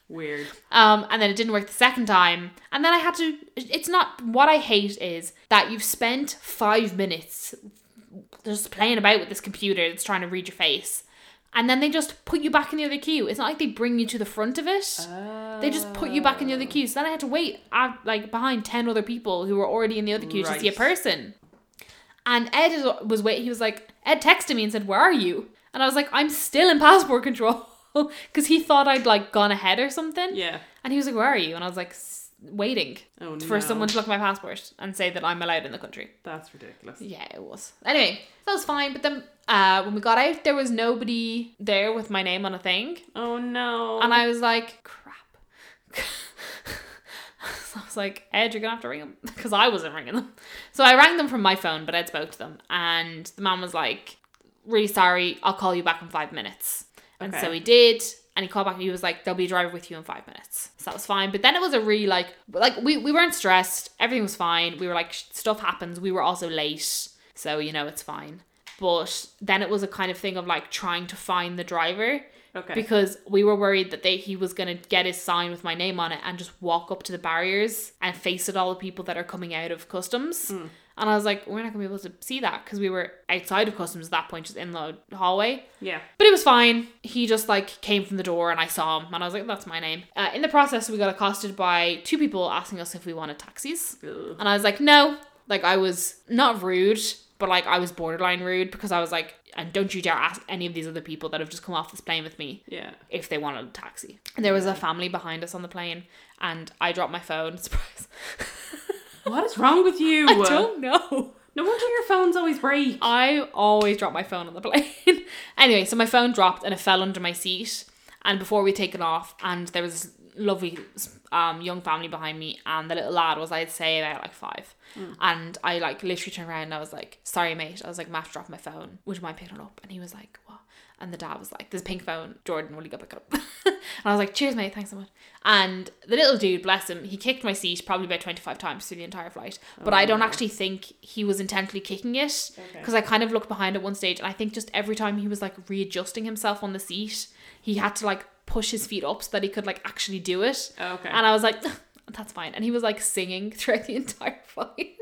A: Weird.
B: Um, and then it didn't work the second time. And then I had to. It's not. What I hate is that you've spent five minutes just playing about with this computer that's trying to read your face. And then they just put you back in the other queue. It's not like they bring you to the front of it. They just put you back in the other queue. So then I had to wait uh, like behind 10 other people who were already in the other queue to see a
A: Right.
B: person. And Ed is, was waiting. He was like, Ed texted me and said, Where are you? And I was like, I'm still in passport control. *laughs* Because he thought I'd like gone ahead or something.
A: Oh. Yeah.
B: And he was like, Where are you? And I was like, "S- Waiting
A: Oh no.
B: for someone to look at my passport and say that I'm allowed in the country.
A: That's ridiculous.
B: Yeah, it was. Anyway, that was fine. But then uh, when we got out, there was nobody there with my name on a thing.
A: Oh no.
B: And I was like, crap. *laughs* so I was like, Ed, you're gonna have to *laughs* ring them because I wasn't ringing them. So I rang them from my phone, but Ed spoke to them, and the man was like, really sorry, I'll call you back in five minutes. And
A: Okay.
B: so he did. And he called back and he was like, there'll be a driver with you in five minutes. So that was fine. But then it was a really like, like we, we weren't stressed. Everything was fine. We were like, "Sh- stuff happens. We were also late. So, you know, it's fine. But then it was a kind of thing of like trying to find the driver
A: Okay.
B: because we were worried that they, he was going to get his sign with my name on it and just walk up to the barriers and face at all the people that are coming out of customs. And I was like, we're not going to be able to see that because we were outside of customs at that point, just in the hallway.
A: yeah.
B: But it was fine. He just like came from the door and I saw him and I was like, that's my name. Uh, in the process, we got accosted by two people asking us if we wanted taxis.
A: Ugh.
B: And I was like, no. Like, I was not rude, but like, I was borderline rude because I was like, and don't you dare ask any of these other people that have just come off this plane with me
A: Yeah.
B: if they wanted a taxi. There was a family behind us on the plane and I dropped my phone. *laughs* Surprise.
A: What is wrong with you?
B: I don't know.
A: No wonder your phones always break.
B: I always drop my phone on the *laughs* plane. anyway, so my phone dropped and it fell under my seat. And before we taken off, and there was this lovely um, young family behind me, and the little lad was, I'd say, about like five. And I like literally turned around and I was like, Sorry, mate. I was like, Matt dropped my phone. Would you mind picking it up? And he was like, What? And the dad was like, There's a pink phone. Jordan, will you go pick it up? *laughs* and I was like, Cheers, mate. Thanks so much. And the little dude, bless him, he kicked my seat probably about 25 times through the entire flight. But I don't actually think he was intentionally kicking it
A: Okay.
B: because I kind of looked behind at one stage, and I think just every time he was like readjusting himself on the seat, he had to like push his feet up so that he could like actually do it.
A: Okay.
B: And I was like, *laughs* that's fine. And he was like singing *laughs* throughout the entire flight.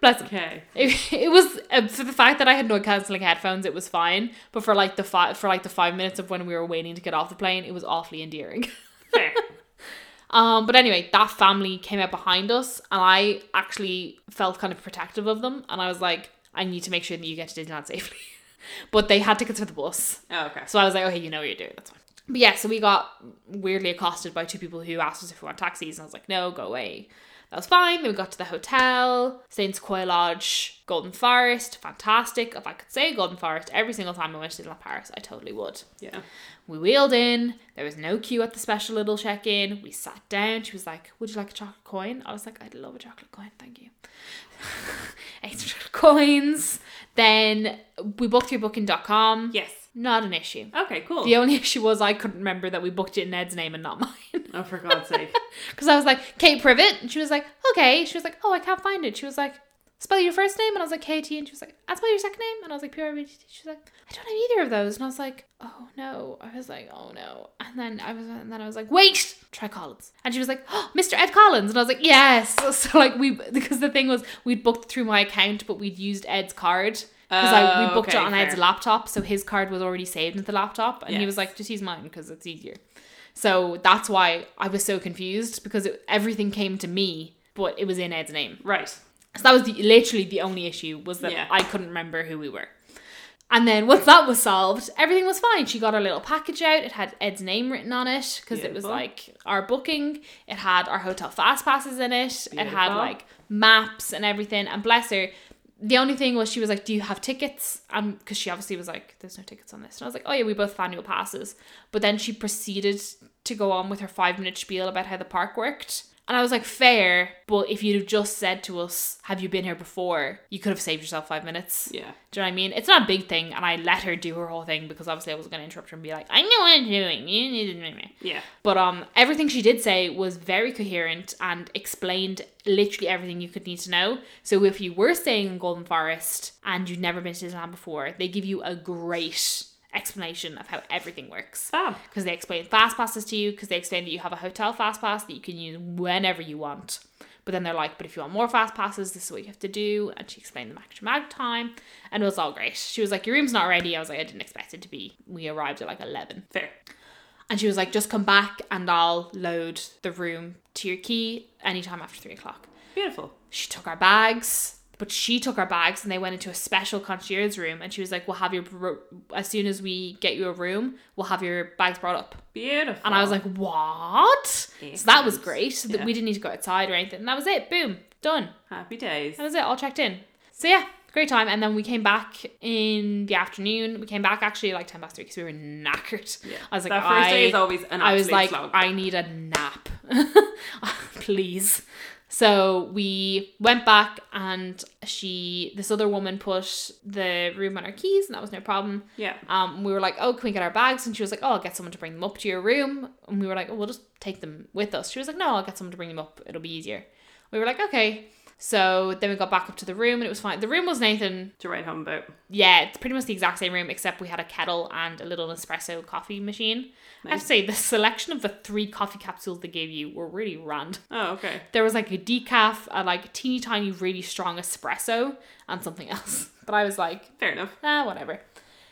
B: Bless him.
A: okay.
B: It, it was uh, for the fact that I had no cancelling headphones, it was fine. But for like the five for like the five minutes of when we were waiting to get off the plane, it was awfully endearing. *laughs*
A: Fair.
B: Um, but anyway, that family came out behind us, and I actually felt kind of protective of them, and I was like, I need to make sure that you get to Disneyland safely. *laughs* but they had tickets for the bus,
A: Oh, okay.
B: so I was like, okay, you know what you're doing, that's fine. But yeah, so we got weirdly accosted by two people who asked us if we want taxis, and I was like, no, go away. That was fine. Then we got to the hotel, Saints Koi Lodge, Golden Forest, fantastic. If I could say Golden Forest every single time I went to Disneyland Paris, I totally would.
A: Yeah.
B: We wheeled in. There was no queue at the special little check in. We sat down. She was like, Would you like a chocolate coin? I was like, I'd love a chocolate coin. Thank you. *laughs* Eight chocolate coins. Then we booked through booking.com.
A: Yes.
B: Not an issue.
A: Okay. Cool.
B: The only *laughs* issue was I couldn't remember that we booked it in Ed's name and not mine. *laughs*
A: Oh, for God's sake.
B: Because I was like, Kate Privet. And she was like, Okay. She was like, Oh, I can't find it. She was like, Spell your first name. And I was like, KT. And she was like, I spell your second name. And I was like, P R I V T. She was like, I don't have either of those. And I was like, Oh no. I was like, Oh no. And then I was, and then I was like, Wait, try Collins. And she was like, *gasps* oh, Mr. Ed Collins. And I was like, Yes. *laughs* So, like, we, because the thing was, we'd booked through my account, but we'd used Ed's card. Because I we
A: Oh,
B: booked
A: okay,
B: it on Ed's
A: fair.
B: laptop, so his card was already saved into the laptop, and he
A: Yes.
B: was like, "Just use mine because it's easier." So that's why I was so confused because it, everything came to me, but it was in Ed's name.
A: Right.
B: So that was the, literally the only issue was that
A: Yeah.
B: I couldn't remember who we were. And then once that was solved, everything was fine. She got her little package out. It had Ed's name written on it because it was
A: Beautiful.
B: like our booking. It had our hotel fast passes in it. It had
A: Beautiful.
B: like maps and everything. And bless her, the only thing was she was like, "Do you have tickets?" Um, because she obviously was like, "There's no tickets on this," and I was like, "Oh yeah, we both have annual passes." But then she proceeded to go on with her five minute spiel about how the park worked, and I was like, "Fair, but if you'd have just said to us, have you been here before?' You could have saved yourself five minutes."
A: Yeah.
B: Do you know what I mean? It's not a big thing, and I let her do her whole thing because obviously I was going to interrupt her and be like, "I know what I'm doing." You need to
A: Yeah.
B: but um, everything she did say was very coherent and explained literally everything you could need to know. So if you were staying in Golden Forest and you'd never been to Disneyland before, they give you a great explanation of how everything works.
A: Fab.
B: Because they explain fast passes to you, because they explain that you have a hotel fast pass that you can use whenever you want. But then they're like, but if you want more fast passes, this is what you have to do. And she explained the maximum amount of time, and it was all great. She was like, your room's not ready. I was like, I didn't expect it to be. We arrived at like 11.
A: Fair.
B: And she was like, just come back and I'll load the room to your key anytime after three o'clock.
A: Beautiful.
B: She took our bags, but she took our bags and they went into a special concierge room. And she was like, we'll have your, bro- as soon as we get you a room, we'll have your bags brought up.
A: Beautiful.
B: And I was like, what? So that was great. So that
A: Yeah.
B: We didn't need to go outside or anything. And that was it. Boom. Done.
A: happy days.
B: That was it, all checked in. So yeah, great time. And then we came back in the afternoon. We came back actually like 10 past three because we were knackered.
A: Yeah.
B: I was like,
A: that first
B: I,
A: day is always an
B: I was
A: absolute
B: like,
A: slog.
B: I need a nap. *laughs* Please. So we went back and she, this other woman put the room on her keys and that was no problem.
A: Yeah.
B: Um, we were like, oh, can we get our bags? And she was like, oh, I'll get someone to bring them up to your room. And we were like, oh, we'll just take them with us. She was like, no, I'll get someone to bring them up. It'll be easier. We were like, okay. So then we got back up to the room and it was fine. The room was Nathan.
A: To write home about.
B: Yeah, it's pretty much the exact same room except we had a kettle and a little espresso coffee machine. I have to say, the selection of the three coffee capsules they gave you were really random.
A: Oh, okay.
B: There was like a decaf, a like teeny tiny, really strong espresso, and something else. But I was like,
A: Fair enough.
B: ah, whatever.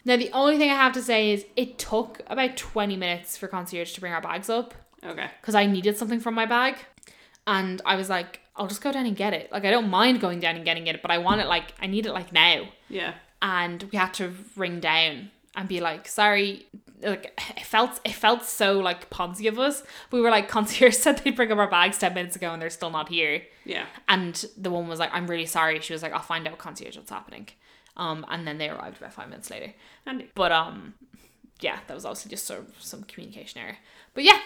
B: Now, the only thing I have to say is it took about 20 minutes for concierge to bring our bags up
A: Okay.
B: because I needed something from my bag. And I was like, I'll just go down and get it. Like, I don't mind going down and getting it, but I want it like, I need it like now.
A: Yeah.
B: And we had to ring down and be like, sorry. Like it felt, it felt so like Ponzi of us. We were like, concierge *laughs* said they'd bring up our bags ten minutes ago, and they're still not here.
A: Yeah.
B: And the woman was like, I'm really sorry. She was like, I'll find out concierge what's happening. Um, and then they arrived about five minutes later.
A: Handy.
B: But um, yeah, that was obviously just sort of some communication error. But yeah,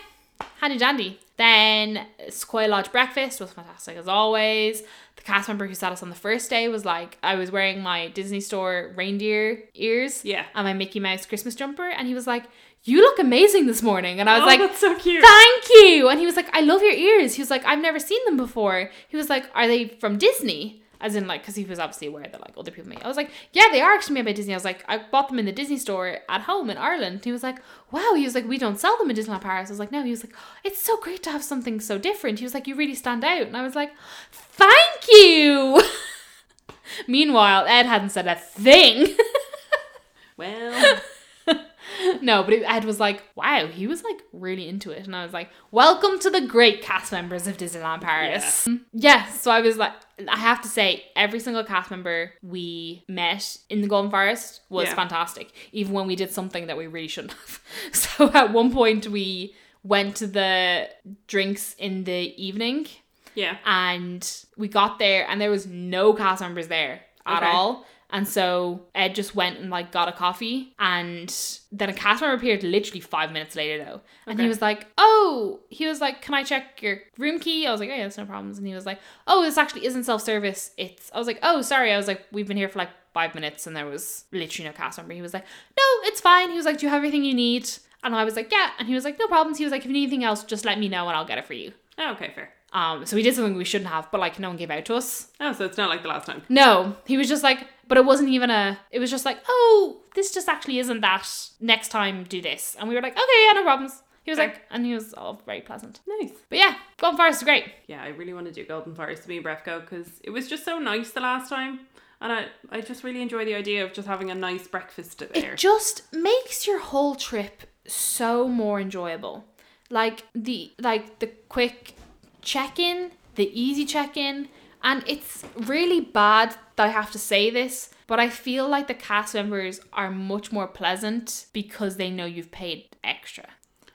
B: handy dandy. Then Sequoia Lodge breakfast was fantastic as always. The cast member who sat us on the first day was like, I was wearing my Disney Store reindeer ears
A: Yeah.
B: and my Mickey Mouse Christmas jumper, and he was like, "You look amazing this morning." And I
A: *laughs*
B: was
A: oh,
B: like,
A: that's so cute.
B: thank you and he was like i love your ears he was like i've never seen them before he was like are they from disney as in like because he was obviously aware that like other people made i was like yeah they are actually made by disney i was like i bought them in the disney store at home in ireland he was like wow he was like we don't sell them in disneyland paris i was like no he was like "Oh, it's so great to have something so different he was like you really stand out and i was like thank you *laughs* meanwhile ed hadn't said a thing *laughs*
A: well,
B: *laughs* No, but it, Ed was like, wow, he was like really into it. And I was like, welcome to the great cast members of Disneyland Paris. Mm, Yes. so I was like, I have to say, every single cast member we met in the Golden Forest was
A: Yeah.
B: fantastic, even when we did something that we really shouldn't have. *laughs* So at one point, we went to the drinks in the evening
A: yeah.
B: and we got there and there was no cast members there at
A: Okay.
B: all and so ed just went and like got a coffee and then a cast member appeared literally five minutes later though and he
A: Okay.
B: was like oh he was like can i check your room key i was like oh yeah that's no problems and he was like oh this actually isn't self-service it's i was like oh sorry i was like we've been here for like five minutes and there was literally no cast member he was like no it's fine he was like do you have everything you need and i was like yeah and he was like no problems he was like if you need anything else just let me know and i'll get it for you
A: Oh, okay, fair.
B: um, so we did something we shouldn't have, but like no one gave out to us.
A: Oh, so it's not like the last time.
B: No, he was just like, but it wasn't even a. It was just like, oh, this just actually isn't that. Next time, do this, and we were like, okay, yeah, no problems. He was
A: Okay.
B: like, and he was all very pleasant.
A: Nice.
B: But yeah, Golden Forest is great.
A: Yeah, I really want to do Golden Forest to me and Brefco because it was just so nice the last time. And I, I just really enjoy the idea of just having a nice breakfast there.
B: It just makes your whole trip so more enjoyable. Like the like the quick check-in, the easy check-in, and it's really bad that I have to say this, but I feel like the cast members are much more pleasant because they know you've paid extra.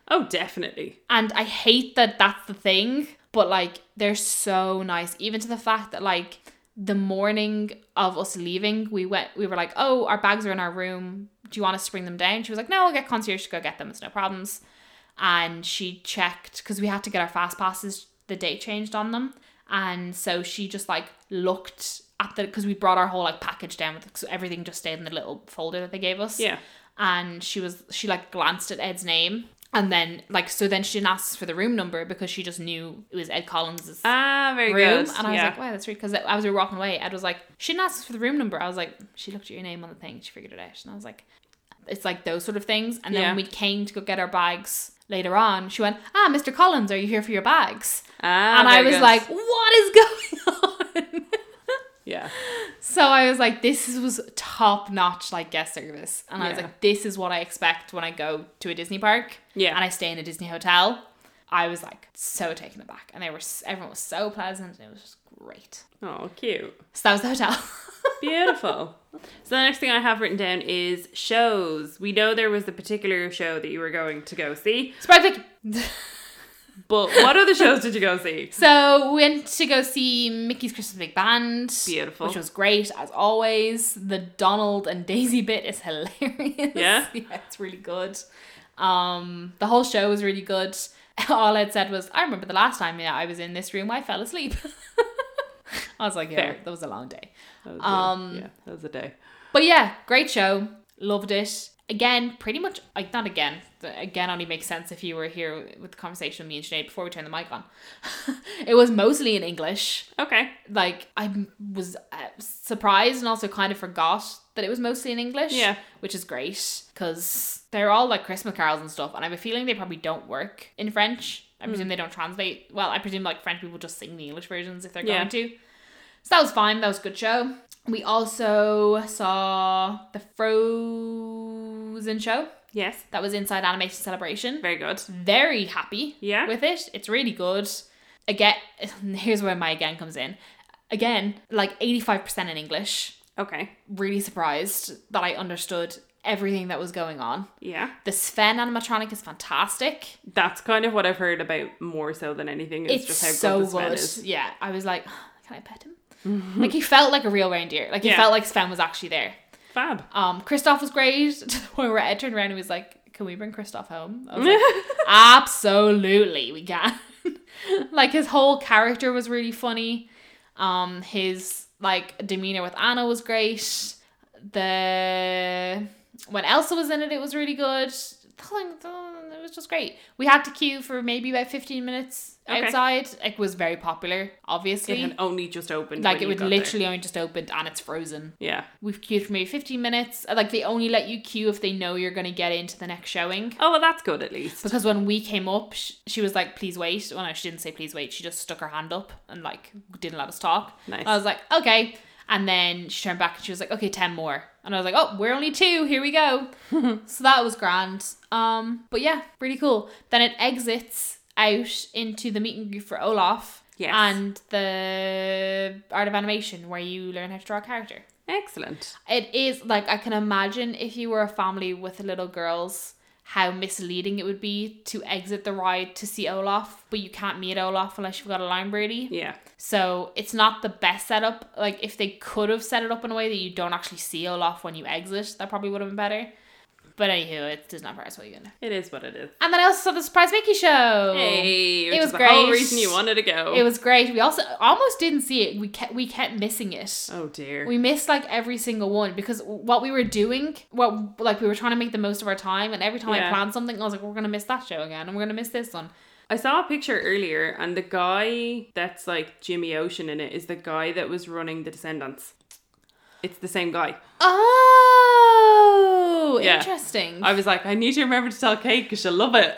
A: oh, definitely.
B: And I hate that that's the thing, but like they're so nice, even to the fact that like the morning of us leaving, we went, we were like, oh, our bags are in our room. Do you want us to bring them down? She was like, no, I'll get concierge to go get them. It's no problems. And she checked because we had to get our fast passes. The date changed on them, and so she just like looked at the because we brought our whole like package down with so everything just stayed in the little folder that they gave us
A: Yeah.
B: and she was she like glanced at Ed's name and then like so then she didn't ask for the room number because she just knew it was Ed Collins's
A: Ah, very
B: room
A: good.
B: and I was
A: yeah.
B: like wow that's weird because as we were walking away Ed was like she didn't ask for the room number I was like she looked at your name on the thing she figured it out and I was like it's like those sort of things and then
A: Yeah.
B: when we came to go get our bags later on she went ah Mr Collins are you here for your bags
A: ah,
B: and I
A: very
B: was
A: good.
B: like what is going on *laughs*
A: yeah.
B: so I was like, this is- was top notch, like guest service. And I was
A: Yeah.
B: like, this is what I expect when I go to a Disney park
A: Yeah.
B: and I stay in a Disney hotel. I was like so taken aback, and they were s- everyone was so pleasant, and it was just great.
A: oh, cute.
B: So that was the hotel. *laughs*
A: Beautiful. *laughs* so the next thing I have written down is shows. We know there was a particular show that you were going to go see,
B: Surprise Mickey.
A: *laughs* but what other shows did you go see?
B: so we went to go see Mickey's Christmas Big Band,
A: Beautiful.
B: which was great as always. The Donald and Daisy bit is hilarious. *laughs*
A: Yeah?
B: yeah, it's really good. *laughs* Um, the whole show was really good. all I'd said was, I remember the last time yeah, I was in this room, I fell asleep. *laughs* I was like, yeah,
A: Fair.
B: that was a long day.
A: That was
B: Um,
A: a, yeah, that was a day.
B: But yeah, great show. Loved it. Again, pretty much like not again. The- Again, only makes sense if you were here with the conversation with me and Sinead before we turned the mic on. *laughs* it was mostly in English.
A: Okay.
B: Like I was uh, surprised and also kind of forgot that it was mostly in English.
A: Yeah.
B: which is great because they're all like Christmas carols and stuff, and I have a feeling they probably don't work in French.
A: Hmm.
B: I presume they don't translate. Well, I presume like French people just sing the English versions if they're
A: Yeah.
B: going to. So that was fine. That was a good show. We also saw the Frozen show
A: Yes.
B: that was inside Animation Celebration.
A: Very good.
B: Very happy
A: Yeah.
B: with it. It's really good. Again, *laughs* here's where my again comes in. Again, like 85% in English.
A: Okay.
B: Really surprised that I understood everything that was going on.
A: Yeah.
B: The Sven animatronic is fantastic.
A: That's kind of what I've heard about more so than anything. Is
B: It's,
A: just how good,
B: so
A: the
B: good.
A: Sven is.
B: Yeah, I was like, *gasps* can I
A: *laughs*
B: pet him? Like he felt like a real reindeer. Like he
A: Yeah.
B: felt like Sven was actually there.
A: Fab.
B: Um, Kristoff was great *laughs* to the point where Ed turned around and was like, "Can we bring Kristoff home?" I
A: *laughs*
B: was like, "Absolutely, we can." *laughs* like his whole character was really funny. Um, his like demeanor with Anna was great. The when Elsa was in it, it was really good. The whole thing- the whole- It was just great. We had to queue for maybe about fifteen minutes
A: Okay.
B: outside. It was very popular, obviously.
A: It had only just opened.
B: like
A: when
B: it
A: you
B: would
A: got
B: literally only just opened and it's frozen
A: There. Yeah.
B: we've queued for maybe 15 minutes. Like they only let you queue if they know you're going to get into the next showing.
A: Oh well, that's good at least.
B: Because when we came up, sh- she was like, please wait. Well, no, she didn't say please wait. She just stuck her hand up and like didn't let us talk.
A: Nice.
B: I was like, okay. And then she turned back and she was like, okay, 10 more. And I was like, oh, we're only two. Here we
A: *laughs*
B: go. so that was grand. Um, But yeah, really cool. Then it exits out into the meet and greet for Olaf.
A: Yes.
B: And the art of animation where you learn how to draw a character.
A: Excellent.
B: It is like I can imagine if you were a family with little girls, how misleading it would be to exit the ride to see Olaf, but you can't meet Olaf unless you've got a lime birdie.
A: Yeah.
B: So it's not the best setup. Like if they could have set it up in a way that you don't actually see Olaf when you exit, that probably would have been better. But anywho, it does not price what you're gonna.
A: It is what it is.
B: And then I also saw the surprise Mickey show.
A: Hey,
B: Oh. It
A: which
B: was
A: is the whole
B: great.
A: reason you wanted to go.
B: It was great. We also almost didn't see it. We kept we kept missing it.
A: Oh dear.
B: We missed like every single one because what we were doing, what like we were trying to make the most of our time, and every time I
A: Yeah.
B: planned something, I was like, we're gonna miss that show again, and we're gonna miss this one.
A: I saw a picture earlier, and the guy that's like Jimmy Ocean in it is the guy that was running The Descendants. It's the same guy.
B: Oh,
A: Yeah.
B: interesting.
A: I was like, I need to remember to tell Kate because she'll love *laughs* it.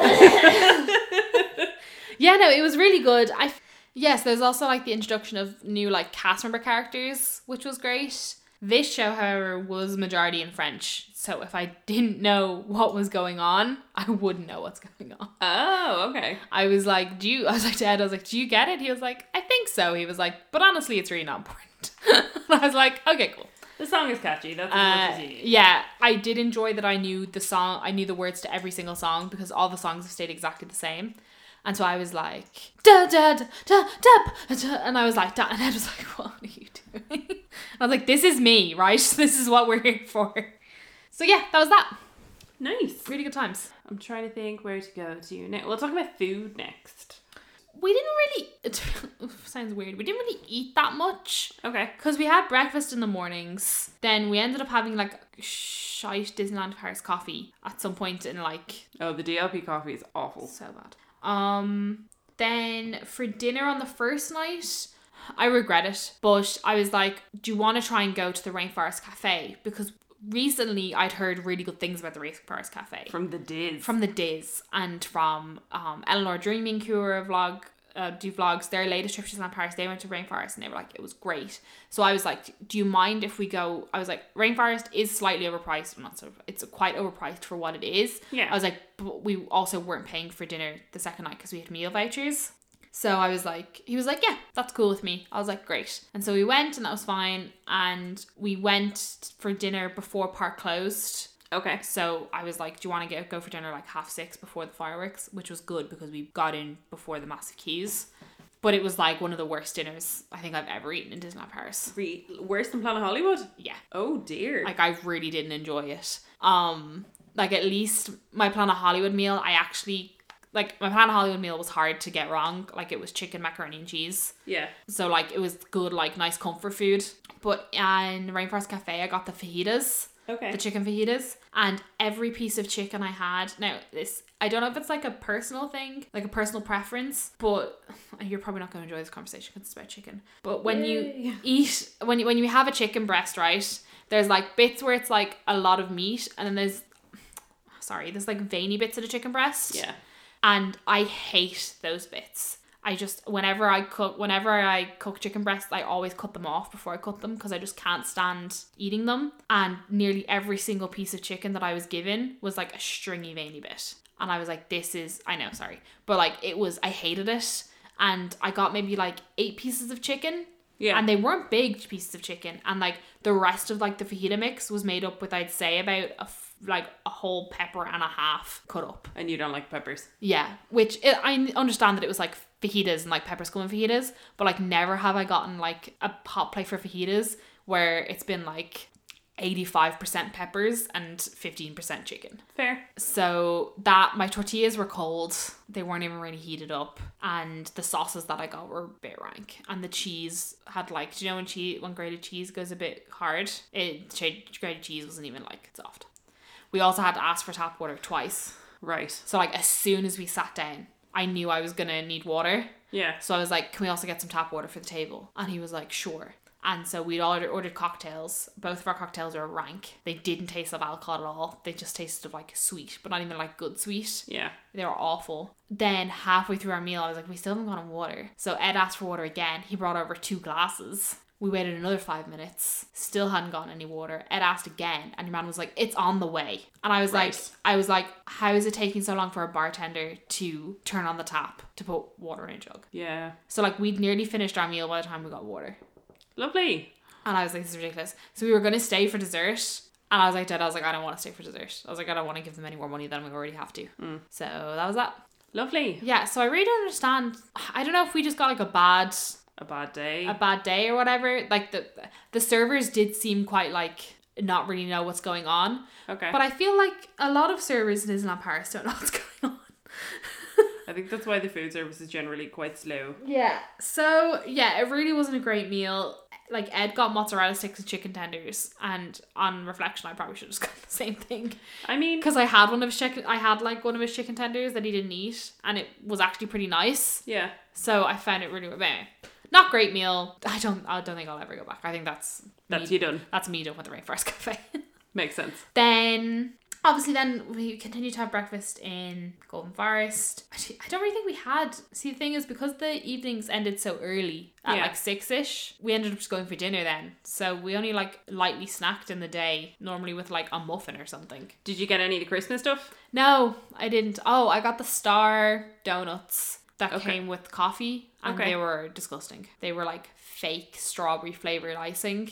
B: yeah, no, it was really good. I f- yes, there's also like the introduction of new like cast member characters, which was great. This show, however, was majority in French, so if I didn't know what was going on, I wouldn't know what's *laughs* going on.
A: oh, okay.
B: I was like, "Do you?" *laughs* I was like to Ed, I was like, "Do you get it?" He was like, "I think so." He was like, "But honestly, it's really not important." *laughs* and I was like, "Okay, cool."
A: The song is catchy. That's as
B: Uh,
A: much as you need.
B: yeah, I did enjoy that. I knew the song. I knew the words to every single song because all the songs have stayed exactly the same. And so I was like, da da da da da, da and I was like, da, and Ed was *laughs* like, "What are you doing?" *laughs* I was like, "This is me, right? *laughs* This is what we're here for." So yeah, that was that.
A: Nice.
B: Really good times.
A: I'm trying to think where to go to next. We'll talk about food next.
B: We didn't really. *laughs* It sounds weird. We didn't really eat that much.
A: Okay.
B: Because we had breakfast in the mornings, then we ended up having like shite Disneyland Paris coffee at some point in like
A: Oh, the DLP coffee is awful.
B: so bad. Um, then for dinner on the first night, I regret it, but I was like, do you want to try and go to the Rainforest Cafe? Because recently I'd heard really good things about the Rainforest Cafe
A: From the Diz.
B: from the Diz and from um, Eleanor Dreaming Cure vlog. Uh, do vlogs their latest trip to Disneyland Paris they went to Rainforest and they were like it was great so I was like do you mind if we go I was like Rainforest is slightly overpriced well, not so it's quite overpriced for what it is
A: Yeah.
B: I was like but we also weren't paying for dinner the second night because we had meal vouchers so I was like, he was like, yeah, that's cool with me. I was like, great. And so we went, and that was fine. And we went for dinner before park closed.
A: okay.
B: So I was like, do you want to get, go for dinner like half six before the fireworks? Which was good because we got in before the massive queues. But it was like one of the worst dinners I think I've ever eaten in Disneyland Paris.
A: Re- worse than Planet Hollywood?
B: Yeah.
A: Oh dear.
B: Like I really didn't enjoy it. Um, like at least my Planet Hollywood meal, I actually Like my plan Hollywood meal was hard to get wrong. Like it was chicken, macaroni, and cheese.
A: Yeah.
B: So like it was good, like nice comfort food. But uh, in Rainforest Cafe, I got the fajitas
A: Okay.
B: the chicken fajitas and every piece of chicken I had. Now, this I don't know if it's like a personal thing, like a personal preference, but *laughs* you're probably not going to enjoy this conversation because it's about chicken. But when you
A: Yay. *laughs*
B: eat, when you, when you have a chicken breast, right? There's like bits where it's like a lot of meat, and then there's *sighs* sorry, there's like veiny bits of the chicken breast.
A: yeah.
B: And I hate those bits. I just whenever I cook whenever I cook chicken breasts, I always cut them off before I cook them because I just can't stand eating them. And nearly every single piece of chicken that I was given was like a stringy veiny bit. And I was like, this is I know, sorry. But like it was I hated it. And I got maybe like eight pieces of chicken.
A: Yeah.
B: And they weren't big pieces of chicken. And like the rest of like the fajita mix was made up with I'd say about a f- like a whole pepper and a half cut up.
A: and you don't like peppers.
B: Yeah, which it, I n- understand that it was like fajitas and like pepper skull and fajitas, but like never have I gotten like a pot plate for fajitas where it's been like 85% peppers and 15% chicken.
A: Fair.
B: So that my tortillas were cold, they weren't even really heated up, and the sauces that I got were a bit rank, and the cheese had like do you know when cheese when grated cheese goes a bit hard, it che- grated cheese wasn't even like soft. We also had to ask for tap water twice.
A: Right.
B: So like as soon as we sat down, I knew I was gonna need water.
A: Yeah.
B: So I was like, "Can we also get some tap water for the table?" And he was like, "Sure." And so we'd ordered, ordered cocktails. Both of our cocktails were rank. They didn't taste of alcohol at all. They just tasted of like sweet, but not even like good sweet.
A: Yeah.
B: They were awful. Then halfway through our meal, I was like, we still haven't gotten water. So Ed asked for water again. He brought over two glasses. We waited another five minutes. Still hadn't gotten any water. Ed asked again, and your man was like, "It's on the way." And I was
A: Right.
B: like, "I was like, how is it taking so long for a bartender to turn on the tap to put water in a jug?"
A: Yeah.
B: So like, we'd nearly finished our meal by the time we got water.
A: Lovely.
B: And I was like, this is ridiculous. So we were gonna stay for dessert. And I was like, Dad, I was like, I don't want to stay for dessert. I was like, I don't want to give them any more money than we already have to. So that was that.
A: Lovely.
B: Yeah, so I really don't understand. I don't know if we just got like a bad
A: A bad day.
B: a bad day or whatever. Like the the servers did seem quite like not really know what's going on.
A: okay.
B: But I feel like a lot of servers in Disneyland Paris don't know *laughs* what's going on.
A: I think that's why the food service is generally quite slow.
B: Yeah. So yeah, it really wasn't a great meal. Like Ed got mozzarella sticks and chicken tenders, and on reflection, I probably should have just *laughs* got the same thing.
A: I mean,
B: Because I had one of his chicken, I had like one of his chicken tenders that he didn't eat, and it was actually pretty nice.
A: yeah.
B: So I found it really anyway, not great meal. I don't I don't think I'll ever go back. I think that's
A: That's
B: me,
A: you done.
B: that's me done with the Rainforest *laughs* Cafe.
A: Makes sense.
B: then obviously then we continued to have breakfast in Golden Forest. Actually, I don't really think we had see the thing is because the evenings ended so early at
A: Yeah.
B: like six ish, we ended up just going for dinner then. So we only like lightly snacked in the day, normally with like a muffin or something.
A: Did you get any of the Christmas stuff?
B: No, I didn't. Oh, I got the star donuts that
A: Okay.
B: came with coffee, and
A: Okay.
B: they were disgusting. They were like fake strawberry flavored icing.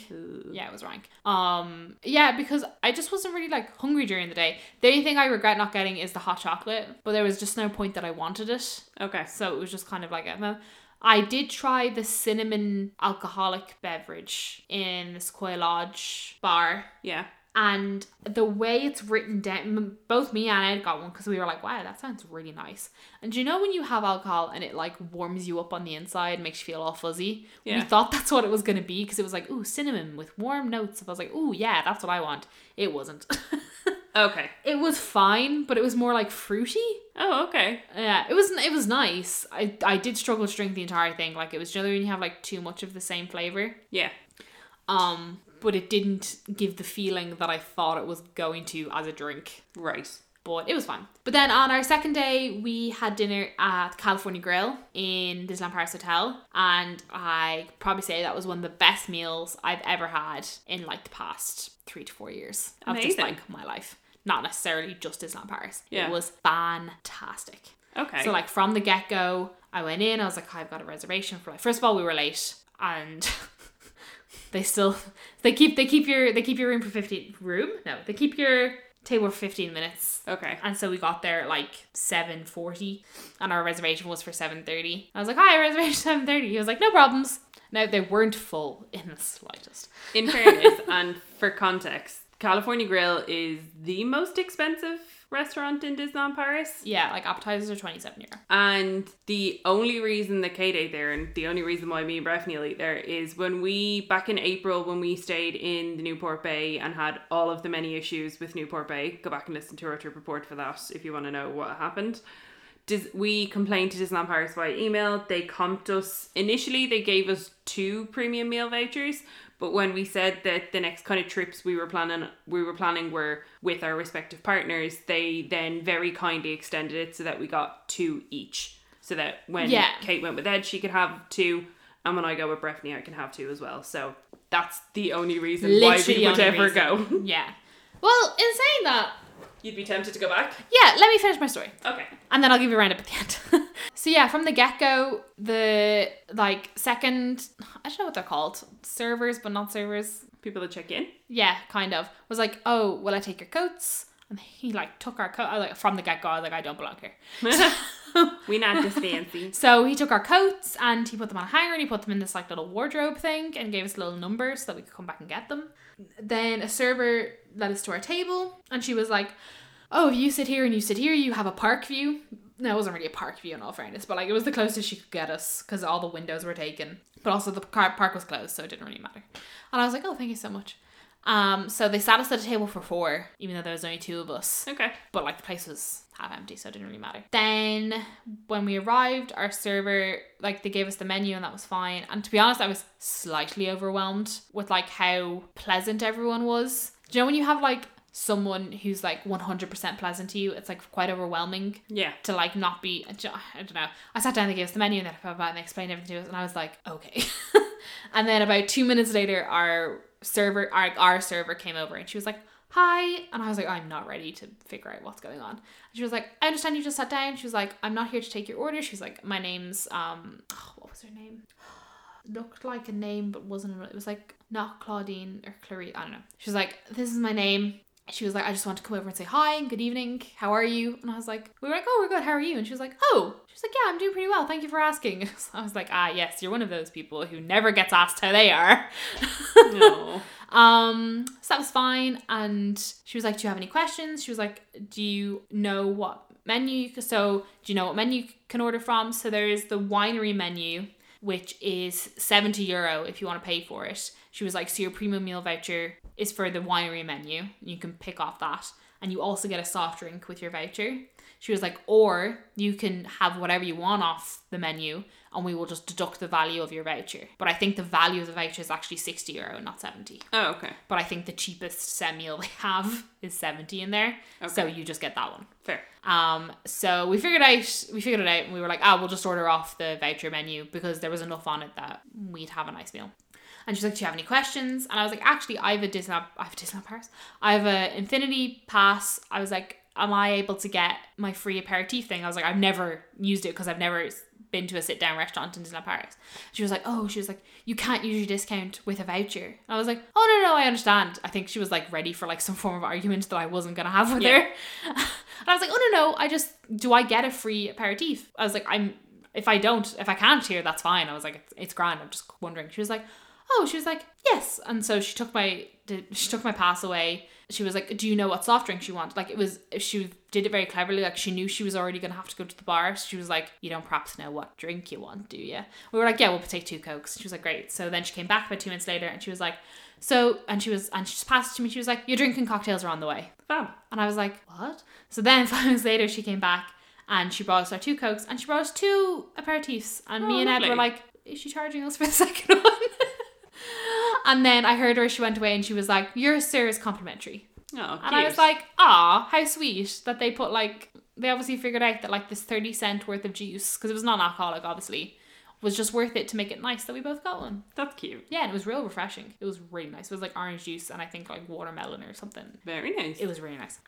B: Yeah, it was rank. Um, yeah, because I just wasn't really like hungry during the day. The only thing I regret not getting is the hot chocolate, but there was just no point that I wanted it,
A: Okay.
B: so it was just kind of like a. I did try the cinnamon alcoholic beverage in the Sequoia Lodge bar
A: Yeah.
B: and the way it's written down m- both me and ed got one because we were like wow that sounds really nice and do you know when you have alcohol and it like warms you up on the inside makes you feel all fuzzy we
A: Yeah.
B: thought that's what it was going to be because it was like ooh cinnamon with warm notes and i was like ooh yeah that's what i want it wasn't *laughs*
A: Okay.
B: it was fine but it was more like fruity
A: Oh, okay.
B: yeah it was it was nice i i did struggle to drink the entire thing like it was do you know when you have like too much of the same flavor
A: Yeah.
B: um but it didn't give the feeling that i thought it was going to as a drink
A: Right.
B: but it was fun but then on our second day we had dinner at the california grill in disneyland paris hotel and i probably say that was one of the best meals i've ever had in like the past three to four years of just
A: Amazing.
B: like my life not necessarily just disneyland paris
A: Yeah.
B: it was fantastic
A: Okay.
B: so like from the get go, I went in. I was like, I've got a reservation for like. First of all, we were late, and *laughs* they still they keep they keep your they keep your room for fifteen room. No, they keep your table for fifteen minutes.
A: okay.
B: And so we got there at like seven forty, and our reservation was for seven thirty. I was like, hi, reservation seven thirty. He was like, no problems. No, they weren't full *laughs* in the slightest.
A: *laughs* In fairness, and for context, California Grill is the most expensive restaurant in Disneyland Paris.
B: Yeah, like appetizers are 27 euro.
A: And the only reason that Kate ate there, and the only reason why me and Breffney ate there, is when we, back in April, when we stayed in the Newport Bay and had all of the many issues with Newport Bay, go back and listen to our trip report for that if you want to know what happened. Dis- we complained to Disneyland Paris via email. They comped us. Initially, they gave us two premium meal vouchers, but when we said that the next kind of trips we were planning, we were planning were with our respective partners, they then very kindly extended it so that we got two each. So that when
B: Yeah.
A: Kate went with Ed, she could have two, and when I go with Breffney, I can have two as well. So that's the only reason
B: Literally the
A: why we would
B: only
A: ever
B: reason.
A: go. *laughs*
B: Yeah. Well, in saying that,
A: You'd be tempted to go back.
B: yeah, let me finish my story.
A: Okay.
B: and then I'll give you a roundup at the end. *laughs* so yeah, from the get go, the like second, I don't know what they're called, servers but not servers.
A: People that check in.
B: Yeah, kind of was like, oh, will I take your coats? And he like took our coat. I like from the get go, I was like, I don't belong here.
A: we not just fancy.
B: So he took our coats and he put them on a hanger and he put them in this like little wardrobe thing and gave us little numbers so that we could come back and get them. Then a server led us to our table and she was like, Oh, if you sit here and you sit here, you have a park view. No, it wasn't really a park view in all fairness, but like it was the closest she could get us because all the windows were taken. But also the car- park was closed, so it didn't really matter. And I was like, Oh, thank you so much. Um, so they sat us at a table for four, even though there was only two of us
A: *laughs* Okay.
B: but like the place was half empty, so it didn't really matter. Then when we arrived, our server like they gave us the menu and that was fine. And to be honest, I was slightly overwhelmed with like how pleasant everyone was. Do you know when you have like someone who's like 100% pleasant to you, it's like quite overwhelming *laughs*
A: Yeah.
B: to like not be I ju- I don't know. I sat down, they gave us the menu and then I about and they explained everything to us and I was like, okay. *laughs* and then about two minutes later our server our, our server came over and she was like, Hi and I was like, I'm not ready to figure out what's going on. And she was like, I understand you just sat down. She was like, I'm not here to take your order. She was like, My name's um what was her name? Looked like a name but wasn't it was like not Claudine or Clarie, I don't know. She was like, This is my name she was like, I just want to come over and say hi and good evening. How are you? And I was like, we were like, oh, we're good. How are you? And she was like, oh, she was like, yeah, I'm doing pretty well. Thank you for asking. *laughs* So I was like, ah, yes, you're one of those people who never gets asked how they are.
A: No.
B: Um, so that was fine. And she was like, Do you have any questions? She was like, Do you know what menu? you c- So, do you know what menu you can order from? So, there is the winery menu, which is 70 euro if you want to pay for it. She was like, So, your premium meal voucher is for the winery menu. You can pick off that. And you also get a soft drink with your voucher. She was like, Or you can have whatever you want off the menu and we will just deduct the value of your voucher. But I think the value of the voucher is actually 60 euro, not 70
A: Oh, okay.
B: but I think the cheapest set *laughs* meal they have is 70 in there. So you just get that one.
A: Fair.
B: Um, so we figured out we figured it out and we were like, ah, we'll just order off the voucher menu because there was enough on it that we'd have a nice meal. And she's like, Do you have any questions? And I was like, actually I have a Disneyland I have a Disneyland Paris. I have a infinity pass. I was like, Am I able to get my free aperitif thing? I was like, I've never used it because I've never s- been to a sit down restaurant in Disneyland Paris. She was like, Oh, she was like, You can't use your discount with a voucher. And I was like, Oh no, no, I understand. I think she was like ready for like some *laughs* form of argument that I wasn't gonna have with
A: Yeah.
B: her. *laughs* And I was like, oh no, no, I just do I get a free aperitif? I was like, I'm if I don't, if I can't here, that's fine. I was like, it's, it's grand. I'm just wondering. She was like, oh, she was like, yes. And so she took my did, she took my pass away. She was like, do you know what soft drink she wants? Like it was she did it very cleverly. Like she knew she was already gonna have to go to the bar. So she was like, you don't perhaps know what drink you want, do you? We were like, yeah, we'll take two cokes. She was like, great. So then she came back about two minutes later, and she was like. So and she was and she just passed it to me. She was like, "Your drink and cocktails are on the way."
A: Fab.
B: And I was like, what? So then *laughs* five minutes later, she came back and she brought us our two Cokes and she brought us two aperitifs. And
A: Oh,
B: me and Ed
A: lovely.
B: were like, is she charging us for the *laughs* second one? and then I heard her, she went away and she was like, your sir is complimentary.
A: Oh,
B: And I was like, ah, how sweet that they put like, they obviously figured out that like this 30 cent worth of juice, because it was non alcoholic, obviously, was just worth it to make it nice that we both got one.
A: that's cute.
B: Yeah, and it was real refreshing. It was really nice. It was like orange juice and I think like watermelon or something.
A: Very nice.
B: It was really nice.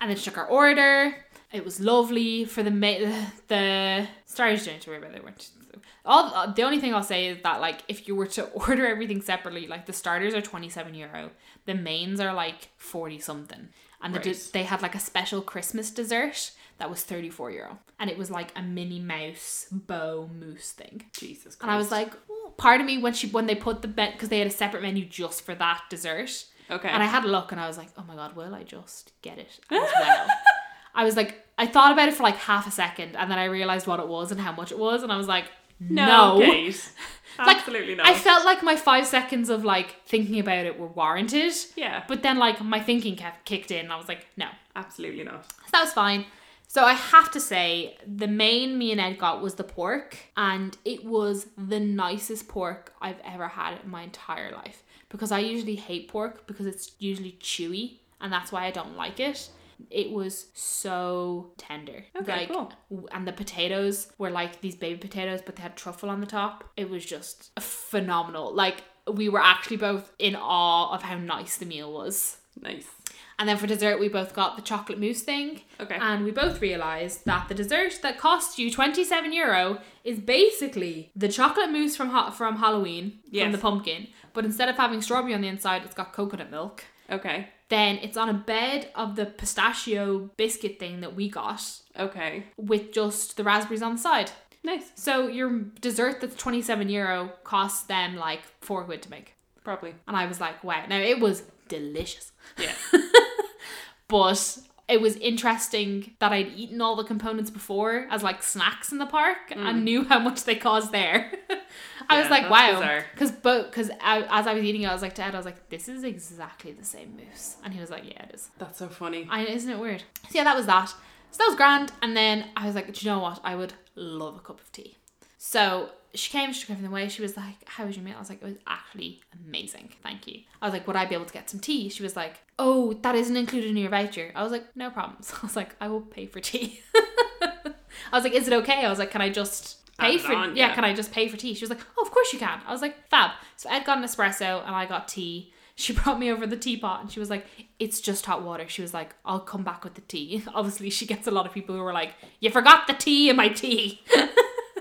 B: And then she took our order. It was lovely for the ma- *laughs* the stars don't worry about it. They weren't- All the only thing I'll say is that like if you were to *laughs* order everything separately, like the starters are twenty seven euro, the mains are like forty something, and the
A: Right.
B: des- they had like a special Christmas dessert that was thirty four euro, and it was like a Minnie Mouse bow mousse thing.
A: Jesus Christ.
B: And I was like, "Ooh." part of me when she when they put the bet because they had a separate menu just for that dessert,
A: okay. *laughs*
B: and I had a look and I was like, oh my god, will I just get it as well? I was like, I thought about it for like half a second, and then I realized what it was and how much it was, and I was like, no.
A: No, Kate.
B: *laughs* Like,
A: Absolutely not.
B: I felt like my five seconds of like thinking about it were warranted,
A: yeah,
B: but then like my thinking kept kicked in. And I was like, no,
A: absolutely not.
B: so that was fine. So I have to say, the main me and Ed got was the pork, and it was the nicest pork I've ever had in my entire life. Because I usually hate pork because it's usually chewy, and that's why I don't like it. It was so tender.
A: Okay,
B: like,
A: cool.
B: w- And the potatoes were like these baby potatoes, but they had truffle on the top. It was just phenomenal. Like, we were actually both in awe of how nice the meal was.
A: Nice.
B: And then for dessert, we both got the chocolate mousse thing.
A: Okay.
B: And we both realised that the dessert that costs you 27 euro is basically the chocolate mousse from ha- from Halloween,
A: Yes.
B: from the pumpkin. But instead of having strawberry on the inside, it's got coconut milk.
A: Okay.
B: Then it's on a bed of the pistachio biscuit thing that we got
A: Okay.
B: with just the raspberries on the side.
A: Nice.
B: So your dessert that's 27 euro costs them like four quid to make.
A: Probably.
B: And I was like, wow. Now it was delicious.
A: Yeah.
B: but it was interesting that I'd eaten all the components before as like snacks in the park and knew how much they caused there. *laughs* I
A: Mm. Yeah,
B: was like,
A: that's
B: wow,
A: bizarre.
B: because because as I was eating it, I was like to Ed, I was like, this is exactly the same mousse, and he was like, yeah, it is.
A: *laughs* That's so funny.
B: I isn't it weird? So yeah, that was that. So that was grand, and then I was like, do you know what? I would love a cup of tea. So she came, she took everything away. She was like, "How was your meal?" I was like, "It was actually amazing, thank you." I was like, "Would I be able to get some tea?" She was like, "Oh, that isn't included in your voucher." I was like, "No problem." So *laughs* I was like, "I will pay for tea." I was like, "Is it okay?" I was like, "Can I just
A: Add
B: pay
A: it
B: for
A: on,
B: yeah,
A: yeah.
B: Can I just pay for tea?" She was like, "Oh, of course you can." I was like, "Fab." So Ed got an espresso and I got tea. *laughs* She brought me over the teapot and she was like, "It's just hot water." She was like, "I'll come back with the tea." *laughs* Obviously, she gets a lot of people who are like, "You forgot the tea in my tea." *laughs*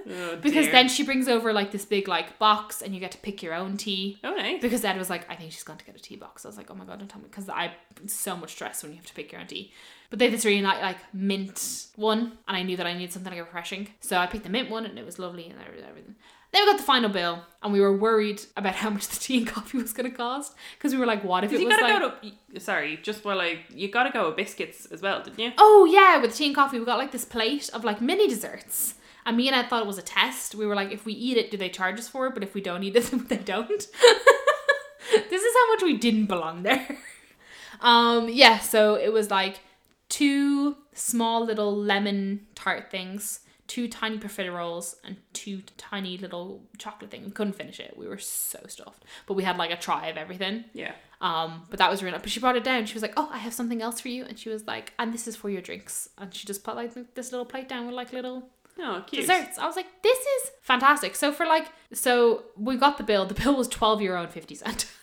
A: Oh,
B: Because
A: dear.
B: then she brings over like this big like box and you get to pick your own tea.
A: Oh, nice.
B: *laughs* Because Ed was like, I think she's going to get a tea box. I was like, oh my god, don't tell me. Because I so much stress when you have to pick your own tea. But they had this really nice like mint one, and I knew that I needed something like refreshing, so I picked the mint one, and it was lovely and every- everything. Then we got the final bill, and we were worried about how much the tea and coffee *laughs* was going to cost because we were like, what if it
A: you
B: was
A: gotta
B: like
A: go to. y- Sorry, just while I. You gotta go with biscuits as well, didn't you?
B: Oh yeah, with tea and coffee, we got like this plate of like mini desserts. And me and I thought it was a test. We were like, if we eat it, do they charge us for it? But if we don't eat it, *laughs* then they don't. this is how much we didn't belong there. *laughs* Um, yeah, so it was like two small little lemon tart things, two tiny profiteroles, and two tiny little chocolate thing. We couldn't finish it. We were so stuffed. But we had like a try of everything.
A: Yeah.
B: Um, but that was really But she brought it down. She was like, "Oh, I have something else for you," and she was like, "And this is for your drinks." And she just put like this little plate down with like little
A: Oh, cute.
B: desserts. I was like, "This is fantastic." So for like, so we got the bill. The bill was twelve euro and fifty cent. *laughs*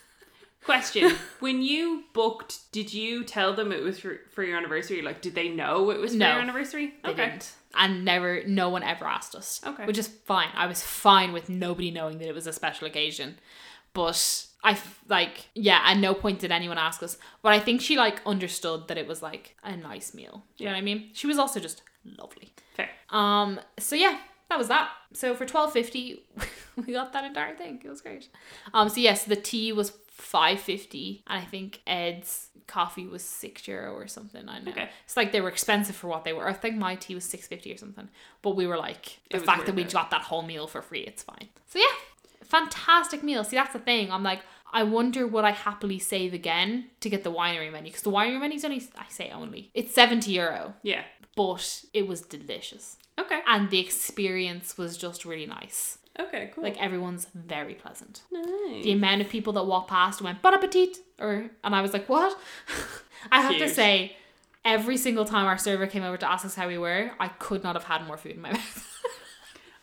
A: Question: When you booked, did you tell them it was for, for your anniversary? Like, did they know it was for
B: No.
A: your anniversary?
B: They didn't. And never, no one ever asked us.
A: Okay.
B: Which is fine. I was fine with nobody knowing that it was a special occasion. But I, f- like, yeah, at no point did anyone ask us. But I think she, like, understood that it was, like, a nice meal. Do you know what I mean? She was also just lovely.
A: Fair.
B: Um, so yeah, that was that. So for twelve fifty, *laughs* we got that entire thing. It was great. Um, so yes, the tea was five fifty, and I think Ed's coffee was six euro or something. I know
A: Okay.
B: it's like they were expensive for what they were. I think my tea was six fifty or something, but we were like the
A: was
B: fact that
A: worth
B: we
A: it.
B: got that whole meal for free. It's fine. So yeah, fantastic meal. See, that's the thing. I'm like. I wonder would I happily save again to get the winery menu because the winery menu is only I say only it's seventy euro,
A: Yeah.
B: but it was delicious
A: Okay.
B: and the experience was just really nice.
A: Okay. Cool.
B: Like everyone's very pleasant. The
A: nice.
B: amount of people that walked past went bon appetit, or and I was like, what? *laughs* I have
A: Cute.
B: to say, every single time our server came over to ask us how we were, I could not have had more food in my *laughs* mouth.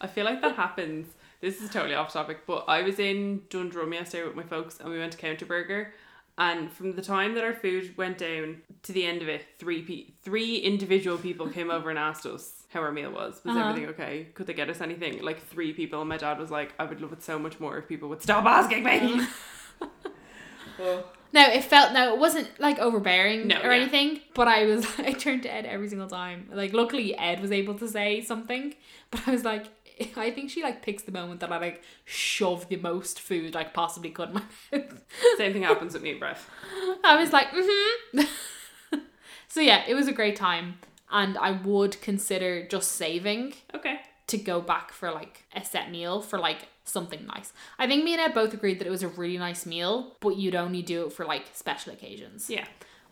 A: I feel like that happens. This is totally off topic, but I was in Dundrum yesterday with my folks, and we went to Counter Burger. And from the time that our food went down to the end of it, three pe- three individual people came over and asked us how our meal was. Was
B: Uh-huh.
A: everything okay? Could they get us anything? Like three people. And my dad was like, "I would love it so much more if people would stop asking me." *laughs* Oh.
B: no, it felt no, it wasn't like overbearing
A: No,
B: or
A: yeah.
B: anything. But I was, *laughs* I turned to Ed every single time. Like, luckily Ed was able to say something, but I was like. *laughs* I think she like picks the moment that I like shove the most food I possibly could in my *laughs* mouth.
A: Same thing happens with me, breath.
B: "Mm-hmm." *laughs* I was like, mm hmm. so yeah, it was a great time. and I would consider just saving
A: Okay.
B: to go back for like a set meal for like something nice. I think me and Ed both agreed that it was a really nice meal, but you'd only do it for like special occasions.
A: Yeah.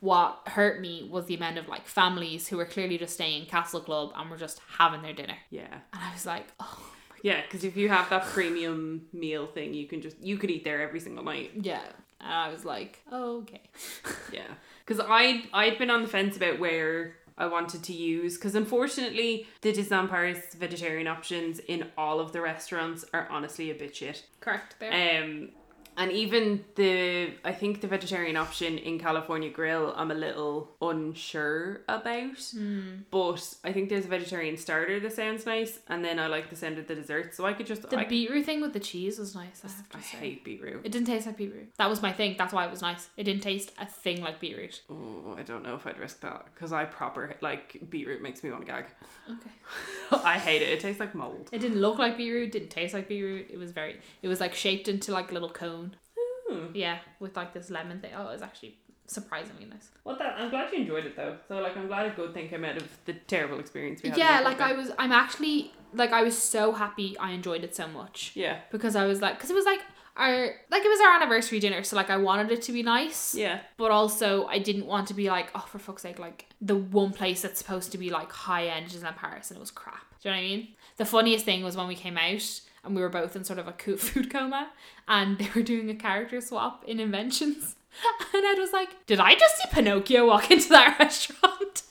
B: What hurt me was the amount of like families who were clearly just staying in Castle Club and were just having their dinner.
A: Yeah.
B: And I was like, oh
A: Yeah, because if you have that premium meal thing, you can just you could eat there every single night.
B: yeah. And I was like, oh, okay.
A: Yeah, because I I'd been on the fence about where I wanted to use because unfortunately the Disneyland Paris vegetarian options in all of the restaurants are honestly a bit shit.
B: Correct there.
A: Um, and even the I think the vegetarian option in California Grill, I'm a little unsure about. But I think there's a vegetarian starter that sounds nice, and then I like the sound of the dessert, so I could just
B: the
A: I,
B: beetroot thing with the cheese was nice, I have
A: I
B: to say.
A: hate beetroot.
B: It didn't taste like beetroot. That was my thing. That's why it was nice. It didn't taste a thing like beetroot.
A: Oh, I don't know if I'd risk that because I proper like beetroot makes me want to gag.
B: Okay.
A: *laughs* I hate it. It tastes like mold.
B: It didn't look like beetroot, didn't taste like beetroot. It was very it was like shaped into like a little cone.
A: Hmm.
B: Yeah, with like this lemon thing. Oh, it was actually surprisingly nice.
A: Well, that I'm glad you enjoyed it though. So like, I'm glad a good thing came out of the terrible experience we had.
B: Yeah, like I was I'm actually like I was so happy I enjoyed it so much
A: Yeah,
B: because I was like cuz it was like our like it was our anniversary dinner, so like I wanted it to be nice.
A: yeah,
B: But also, I didn't want to be like, oh, for fuck's sake, like the one place that's supposed to be like high end is in Paris, and it was crap. Do you know what I mean? The funniest thing was when we came out and we were both in sort of a co- *laughs* food coma, and they were doing a character swap in inventions, *laughs* and Ed was like, "Did I just see Pinocchio walk into that *laughs* restaurant?"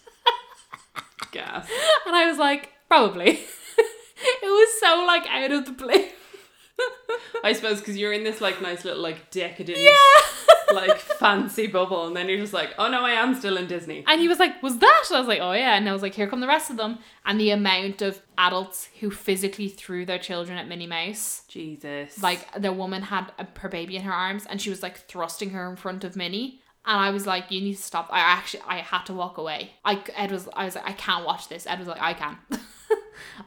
A: gas.
B: And I was like, "Probably." *laughs* it was so like out of the blue. *laughs*
A: I suppose because you're in this like nice little like decadent, like fancy bubble, and then you're just like, oh no, I am still in Disney.
B: And he was like, "Was that?" And I was like, "Oh yeah." And I was like, "Here come the rest of them." And the amount of adults who physically threw their children at Minnie Mouse,
A: Jesus.
B: like the woman had a, her baby in her arms, and she was like thrusting her in front of Minnie. And I was like, "You need to stop." I actually, I had to walk away. I Ed was, I was like, "I can't watch this." Ed was like, "I can." *laughs*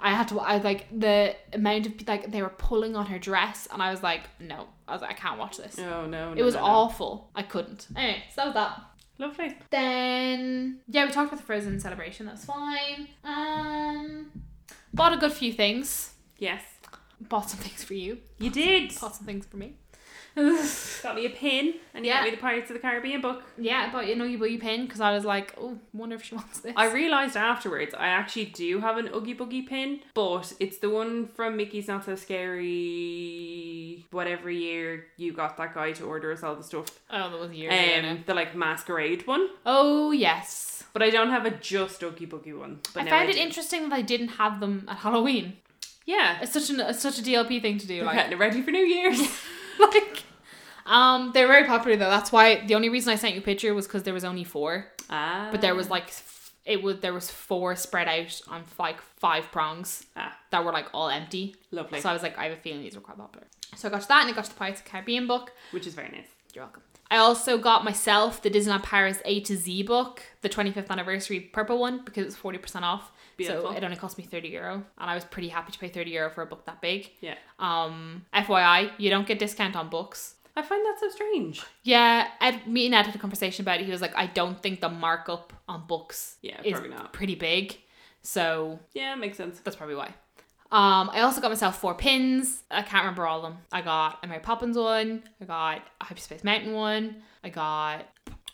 B: I had to. I was like the amount of like they were pulling on her dress, and I was like, "No," I was like, "I can't watch this."
A: oh no, no
B: It was
A: no, no.
B: awful. I couldn't. Anyway, so that was that.
A: lovely.
B: Then yeah, we talked about the Frozen celebration. That's fine. Um, bought a good few things.
A: Yes,
B: Bought some things for you.
A: you did.
B: Bought some things for me. *laughs*
A: Got me a pin, and you
B: Yeah.
A: got me the Pirates of the Caribbean book.
B: yeah, I bought you an Oogie Boogie pin because I was like, oh, wonder if she wants this.
A: I realised afterwards I actually do have an Oogie Boogie pin, but it's the one from Mickey's Not So Scary, whatever year you got that guy to order us all the stuff.
B: oh, that was years ago. now.
A: Um, the like masquerade one,
B: Oh yes,
A: but I don't have a just Oogie Boogie one. But
B: I
A: now
B: found it
A: do.
B: interesting that I didn't have them at Halloween.
A: Yeah,
B: It's such an it's such a DLP thing to do.
A: we're
B: Like, *laughs*
A: getting it ready for New Year's.
B: like, um, they're very popular though. That's why the only reason I sent you a picture was because there was only four.
A: ah,
B: but there was like f- it was there was four spread out on like five prongs
A: Ah.
B: that were like all empty.
A: lovely,
B: So I was like, I have a feeling these were quite popular. So I got to that, and I got to the Pirates of the Caribbean book.
A: which is very nice.
B: You're welcome. I also got myself the Disneyland Paris A to Z book, the 25th anniversary purple one, because it was 40% off.
A: Beautiful.
B: So it only cost me 30 euro, and I was pretty happy to pay 30 euro for a book that big.
A: Yeah,
B: Um, FYI, you don't get discount on books.
A: I find that so strange.
B: Yeah, Ed, me and Ed had a conversation about it. He was like, I don't think the markup on books
A: Yeah,
B: is
A: probably not.
B: pretty big. So
A: Yeah, makes sense.
B: that's probably why. Um, I also got myself four pins. I can't remember all of them. I got a Mary Poppins one. I got a Hyperspace Mountain one. I got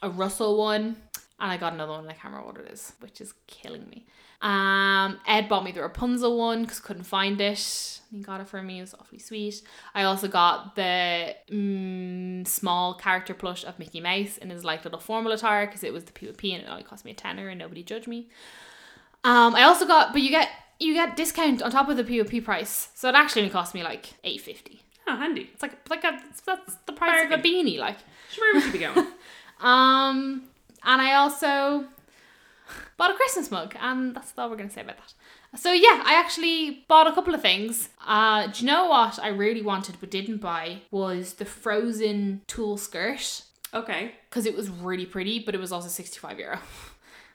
B: a Russell one. And I got another one. and I can't remember what it is, which is killing me. Um, Ed bought me the Rapunzel one because couldn't find it. He got it for me. It was awfully sweet. I also got the mm, small character plush of Mickey Mouse in his like little formal attire because it was the POP and it only cost me a tenner and nobody judged me. Um, I also got, but you get you get discount on top of the POP price, so it actually only cost me like eight fifty.
A: Oh, handy.
B: It's like like a, that's the price of a beanie, like.
A: Sure, we should be
B: *laughs*
A: going.
B: Um, and I also bought a Christmas mug, and that's all we're gonna say about that. So yeah, I actually bought a couple of things. Uh, do you know what I really wanted but didn't buy was the frozen tulle skirt
A: okay,
B: because it was really pretty, but it was also sixty five euro.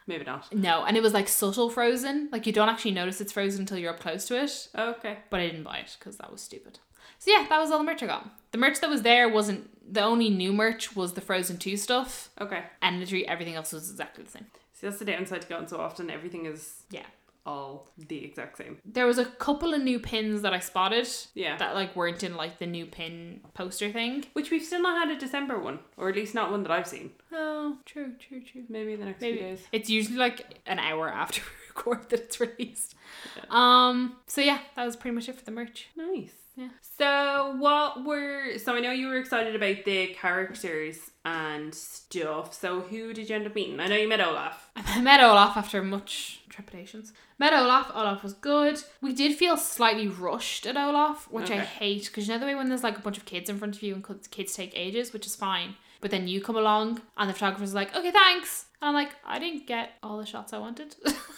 A: maybe not.
B: No, and it was like subtle frozen, like you don't actually notice it's frozen until you're up close to it.
A: Okay,
B: but I didn't buy it because that was stupid. So yeah, that was all the merch I got. The merch that was there wasn't the only new merch was the Frozen Two stuff,
A: okay.
B: and literally everything else was exactly the same.
A: See, that's the downside to going so often. Everything is
B: Yeah.
A: all the exact same.
B: There was a couple of new pins that I spotted
A: Yeah.
B: that like weren't in like the new pin poster thing.
A: Which we've still not had a December one, or at least not one that I've seen.
B: Oh, true, true, true.
A: Maybe in the next
B: Maybe.
A: few days.
B: It's usually like an hour after *laughs* we record that it's released.
A: Yeah.
B: Um. So yeah, that was pretty much it for the merch.
A: Nice.
B: Yeah.
A: So what were so I know you were excited about the characters and stuff. So who did you end up meeting? I know you met Olaf.
B: I *laughs* met Olaf after much trepidations. Met Olaf. Olaf was good. We did feel slightly rushed at Olaf, which I
A: Okay.
B: hate because you know the way when there's like a bunch of kids in front of you and kids- kids take ages, which is fine. But then you come along and the photographer's like, "Okay, thanks," and I'm like, "I didn't get all the shots I wanted."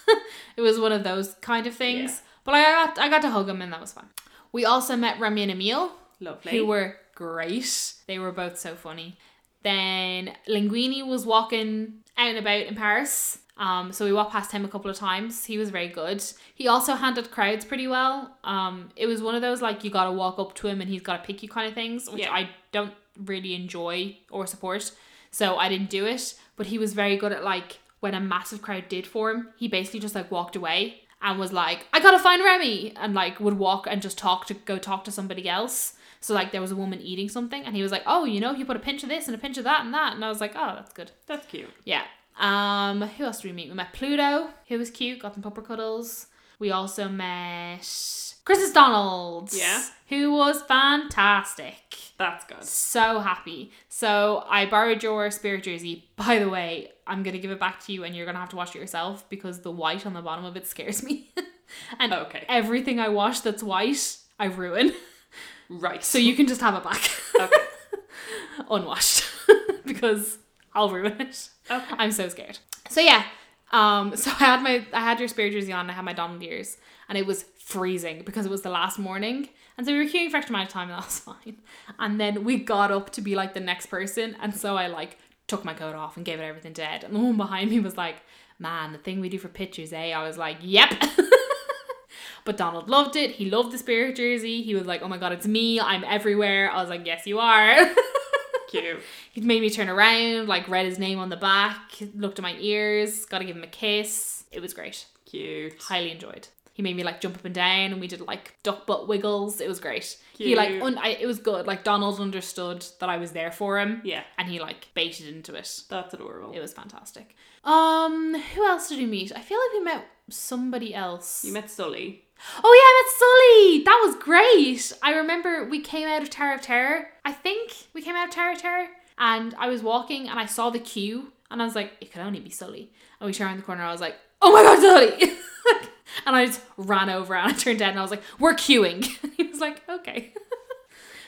B: *laughs* it was one of those kind of things.
A: Yeah.
B: But I got I got to hug him and that was fun. We also met Remy and Emil,
A: Lovely.
B: who were great. They were both so funny. Then Linguini was walking out and about in Paris. Um, so we walked past him a couple of times. He was very good. He also handled crowds pretty well. Um, it was one of those like you gotta walk up to him and he's gotta pick you kind of things, which
A: Yeah.
B: I don't really enjoy or support. So I didn't do it. But he was very good at like when a massive crowd did for him, he basically just like walked away and was like, I gotta find Remy and like would walk and just talk to go talk to somebody else. So like there was a woman eating something and he was like, Oh, you know, if you put a pinch of this and a pinch of that and that and I was like, Oh, that's good.
A: That's cute.
B: Yeah. Um, who else did we meet? We met Pluto, who was cute, got some pupper cuddles. We also met Chris Donalds.
A: Yeah.
B: Who was fantastic.
A: That's good.
B: So happy. So I borrowed your spirit jersey. By the way, I'm gonna give it back to you and you're gonna have to wash it yourself because the white on the bottom of it scares me. *laughs* and
A: Okay.
B: everything I wash that's white, I ruin.
A: Right. *laughs*
B: So you can just have it back.
A: Okay.
B: *laughs* Unwashed. *laughs* because I'll ruin it.
A: Okay.
B: *laughs* I'm so scared. So yeah. Um, so I had my I had your spirit jersey on, I had my Donald ears, and it was freezing because it was the last morning. And so we were queuing for extra amount of time and *laughs* that was fine. And then we got up to be like the next person, and so I like took my coat off and gave it everything to Ed. And the one behind me was like, Man, the thing we do for pictures, eh? I was like, Yep. *laughs* But Donald loved it. He loved the spirit jersey. He was like, "Oh my god, it's me! I'm everywhere." I was like, "Yes, you are." *laughs*
A: Cute.
B: he made me turn around, like read his name on the back, looked at my ears, got to give him a kiss. It was great.
A: Cute.
B: Highly enjoyed. He made me like jump up and down, and we did like duck butt wiggles. It was great. He like
A: Cute.
B: un- I, it was good. Like Donald understood that I was there for him,
A: Yeah.
B: and he like baited into it.
A: That's adorable.
B: It was fantastic. Um, who else did we meet? I feel like we met somebody else.
A: You met Sully.
B: Oh yeah, I met Sully. That was great. I remember we came out of Tower of Terror. I think we came out of Tower of Terror, and I was walking and I saw the queue, and I was like, it could only be Sully. And we turned around the corner. I was like, oh my god, Sully! *laughs* and I just ran over and I turned down and I was like, we're queuing. *laughs* he was like, okay.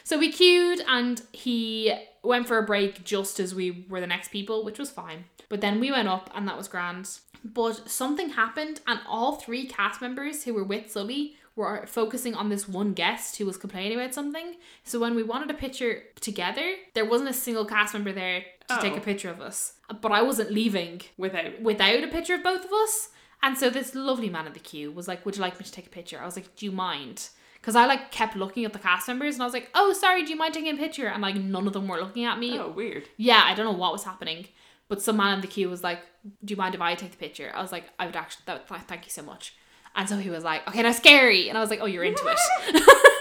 B: so we queued and he went for a break just as we were the next people, which was fine. But then we went up and that was grand. But something happened and all three cast members who were with Sully were focusing on this one guest who was complaining about something. So when we wanted a picture together, there wasn't a single cast member there to take
A: Oh.
B: a picture of us. But I wasn't leaving
A: Without.
B: without a picture of both of us. And so this lovely man at the queue was like, "Would you like me to take a picture?" I was like, "Do you mind?" Because I like kept looking at the cast members, and I was like, "Oh, sorry, do you mind taking a picture?" And like none of them were looking at me.
A: Oh, weird.
B: Yeah, I don't know what was happening, but some man in the queue was like, "Do you mind if I take the picture?" I was like, "I would actually. That, th- thank you so much." And so he was like, "Okay, now scary," and I was like, "Oh, you're into it." *laughs*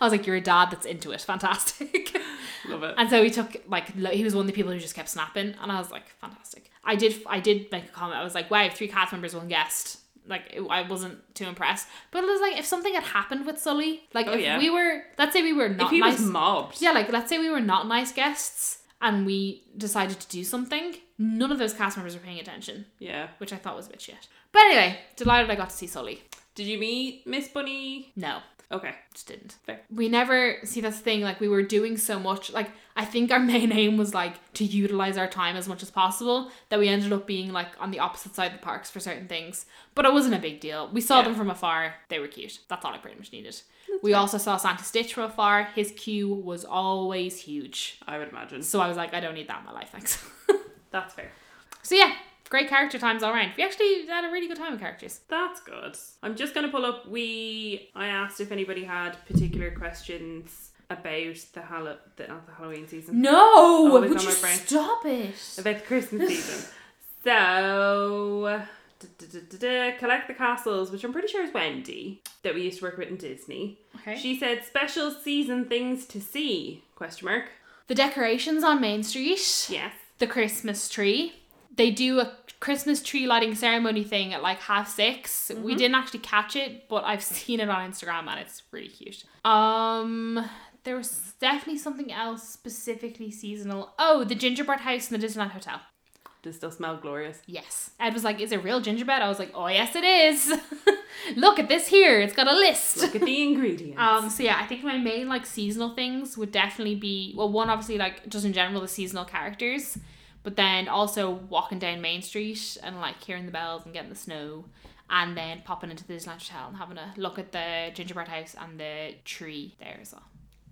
B: I was like, "You're a dad that's into it. Fantastic." *laughs*
A: Love it.
B: And so he took like lo- he was one of the people who just kept snapping, and I was like, fantastic. I did I did make a comment. I was like, wow, three cast members, one guest. Like it, I wasn't too impressed, but it was like if something had happened with Sully, like
A: Oh,
B: if
A: yeah.
B: we were, let's say we were
A: if
B: not
A: he
B: nice,
A: was mobbed.
B: yeah, like let's say we were not nice guests, and we decided to do something. None of those cast members were paying attention,
A: Yeah.
B: which I thought was a bit shit. But anyway, delighted I got to see Sully.
A: Did you meet Miss Bunny?
B: No,
A: Okay.
B: just didn't.
A: Fair.
B: We never see that's the thing, like we were doing so much. Like I think our *laughs* main aim was like to utilize our time as much as possible that we ended up being like on the opposite side of the parks for certain things. But it wasn't a big deal. We saw
A: Yeah.
B: them from afar, they were cute. That's all I pretty much needed. we also saw Santa Stitch from afar. His queue was always huge.
A: I would imagine.
B: So I was like, I don't need that in my life, thanks. *laughs*
A: That's fair.
B: so yeah, great character times all around. We actually had a really good time with characters.
A: That's good. I'm just going to pull up. We I asked if anybody had particular questions about the Hall-
B: *laughs*
A: the, not the Halloween season,
B: No!
A: Always would on my you brain.
B: stop it?
A: about the Christmas season. So, da-da-da-da-da, collect the castles, which I'm pretty sure is Wendy that we used to work with in Disney.
B: Okay.
A: She said special season things to see? Question mark.
B: the decorations on Main Street,
A: Yes.
B: the Christmas tree. They do a Christmas tree lighting ceremony thing at like half 6 We didn't actually catch it, but I've *laughs* seen it on Instagram and it's really cute. Um, there was definitely something else specifically seasonal. Oh, the gingerbread house in the Disneyland Hotel.
A: Does still smell glorious.
B: Yes. Ed was like, "Is it real gingerbread?" I was like, "Oh yes, it is." *laughs* Look at this here. It's got a list.
A: Look at the ingredients.
B: Um, so yeah, I think my main like seasonal things would definitely be well, one obviously like just in general the seasonal characters, but then also walking down Main Street and like hearing the bells and getting the snow, and then popping into the Disneyland Hotel and having a look at the gingerbread house and the tree there as well.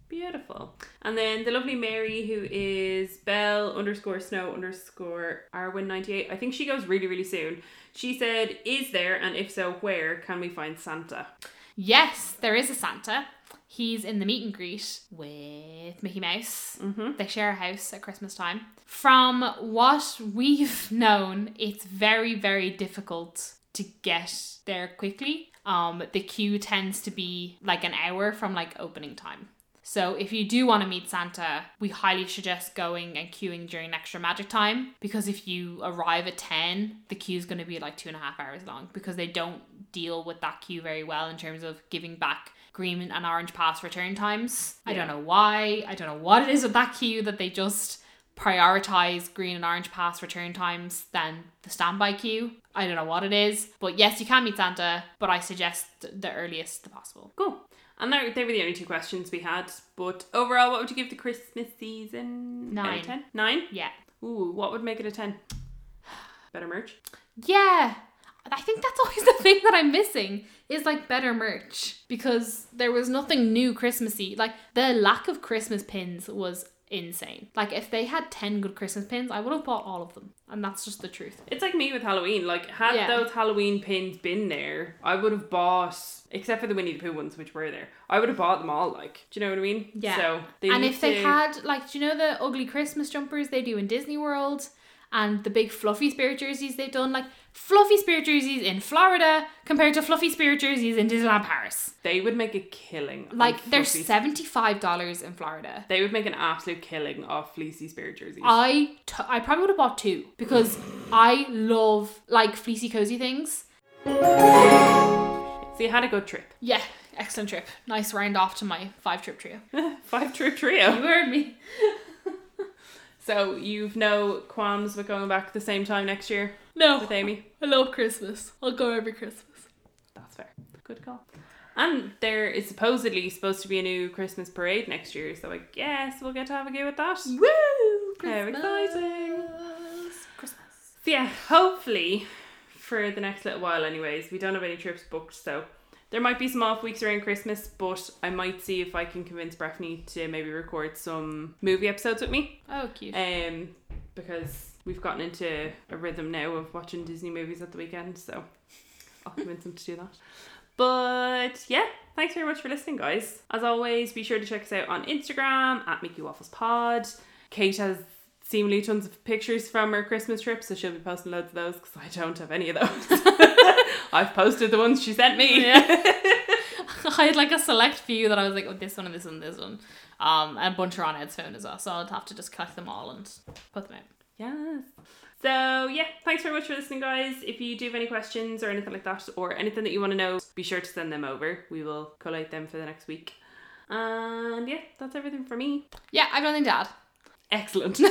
A: Beautiful. And then the lovely Mary, who is Belle underscore Snow underscore Arwin ninety eight. I think she goes really really soon. She said, "Is there and if so, where can we find Santa?"
B: Yes, there is a Santa. He's in the meet and greet with Mickey Mouse.
A: Mm-hmm.
B: They share a house at Christmas time. From what we've *laughs* known, it's very, very difficult to get there quickly. Um, the queue tends to be like an hour from like opening time. So if you do want to meet Santa, we highly suggest going and queuing during extra magic time because if you arrive at 10, the queue's going to be like two and a half hours long because they don't deal with that queue very well in terms of giving back green and orange pass return times. I don't
A: Yeah.
B: know why. I don't know what it is with that queue that they just prioritize green and orange pass return times than the standby queue. I don't know what it is, but yes, you can meet Santa, but I suggest the earliest possible.
A: Cool. And that, they were the only two questions we had. But overall, what would you give the Christmas season? Out
B: Nine.
A: of ten? Nine?
B: Yeah.
A: Ooh, what would make it a 10? *sighs* Better merch?
B: Yeah. I think that's *laughs* always the thing that I'm missing is like better merch because there was nothing new Christmassy. Like the lack of Christmas pins was insane. Like if they had 10 good Christmas pins, I would have bought all of them. And that's just the truth.
A: It's like me with Halloween. Like, had
B: Yeah.
A: those Halloween pins been there, I would have bought, except for the Winnie the Pooh ones, which were there, I would have bought them all. Like, do you know what I mean?
B: Yeah.
A: So, they
B: and
A: need
B: if they
A: to-
B: had like do you know the ugly Christmas jumpers they do in Disney World and the big fluffy spirit jerseys they've done like fluffy spirit jerseys in Florida compared to fluffy spirit jerseys in Disneyland Paris.
A: They would make a killing. on
B: Like they're
A: fluffy-
B: $75 in Florida.
A: They would make an absolute killing off fleecy spirit jerseys.
B: I t- I probably would have bought two because I love like fleecy cozy things.
A: so, you had a good trip. *laughs*
B: Yeah, excellent trip. Nice round off to my five trip trio.
A: Five trip trio.
B: You heard me.
A: So, you've no qualms with going back the same time next year
B: No,
A: with Amy?
B: I love Christmas. I'll go every Christmas.
A: That's fair. Good call. And there is supposedly supposed to be a new Christmas parade next year, so I guess we'll get to have a go at that. So
B: Woo!
A: How exciting.
B: Christmas.
A: yeah, hopefully for the next little while anyways, we don't have any trips booked, so there might be some off weeks around Christmas, but I might see if I can convince Breffney to maybe record some movie episodes with me.
B: Oh, cute. *laughs*
A: Um because we've gotten into a rhythm now of watching Disney movies at the weekend, so I'll convince them to do that. But yeah, thanks very much for listening, guys. As always, be sure to check us out on Instagram at Mickey Waffles Pod. Kate has seemingly tons of pictures from her Christmas trip, so she'll be posting loads of those because I don't have any of those. *laughs* I've posted the ones she sent me.
B: I had like a select few that I was like, oh, this one and this one and this one. Um, and a bunch are on Ed's phone as well, so I'll have to just collect them all and put them out.
A: Yes. So yeah, thanks very much for listening, guys. If you do have any questions or anything like that, or anything that you want to know, be sure to send them over. We will collate them for the next week. And yeah, that's everything for me.
B: Yeah, I've nothing to add.
A: Excellent. *laughs*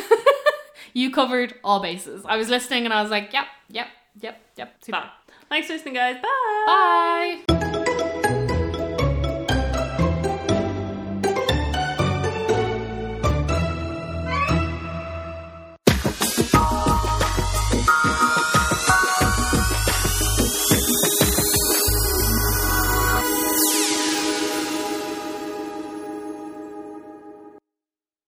B: You covered all bases. I was listening and I was like, yep, yep, yep, yep. Super.
A: Fab. Thanks for listening, guys. Bye.
B: Bye.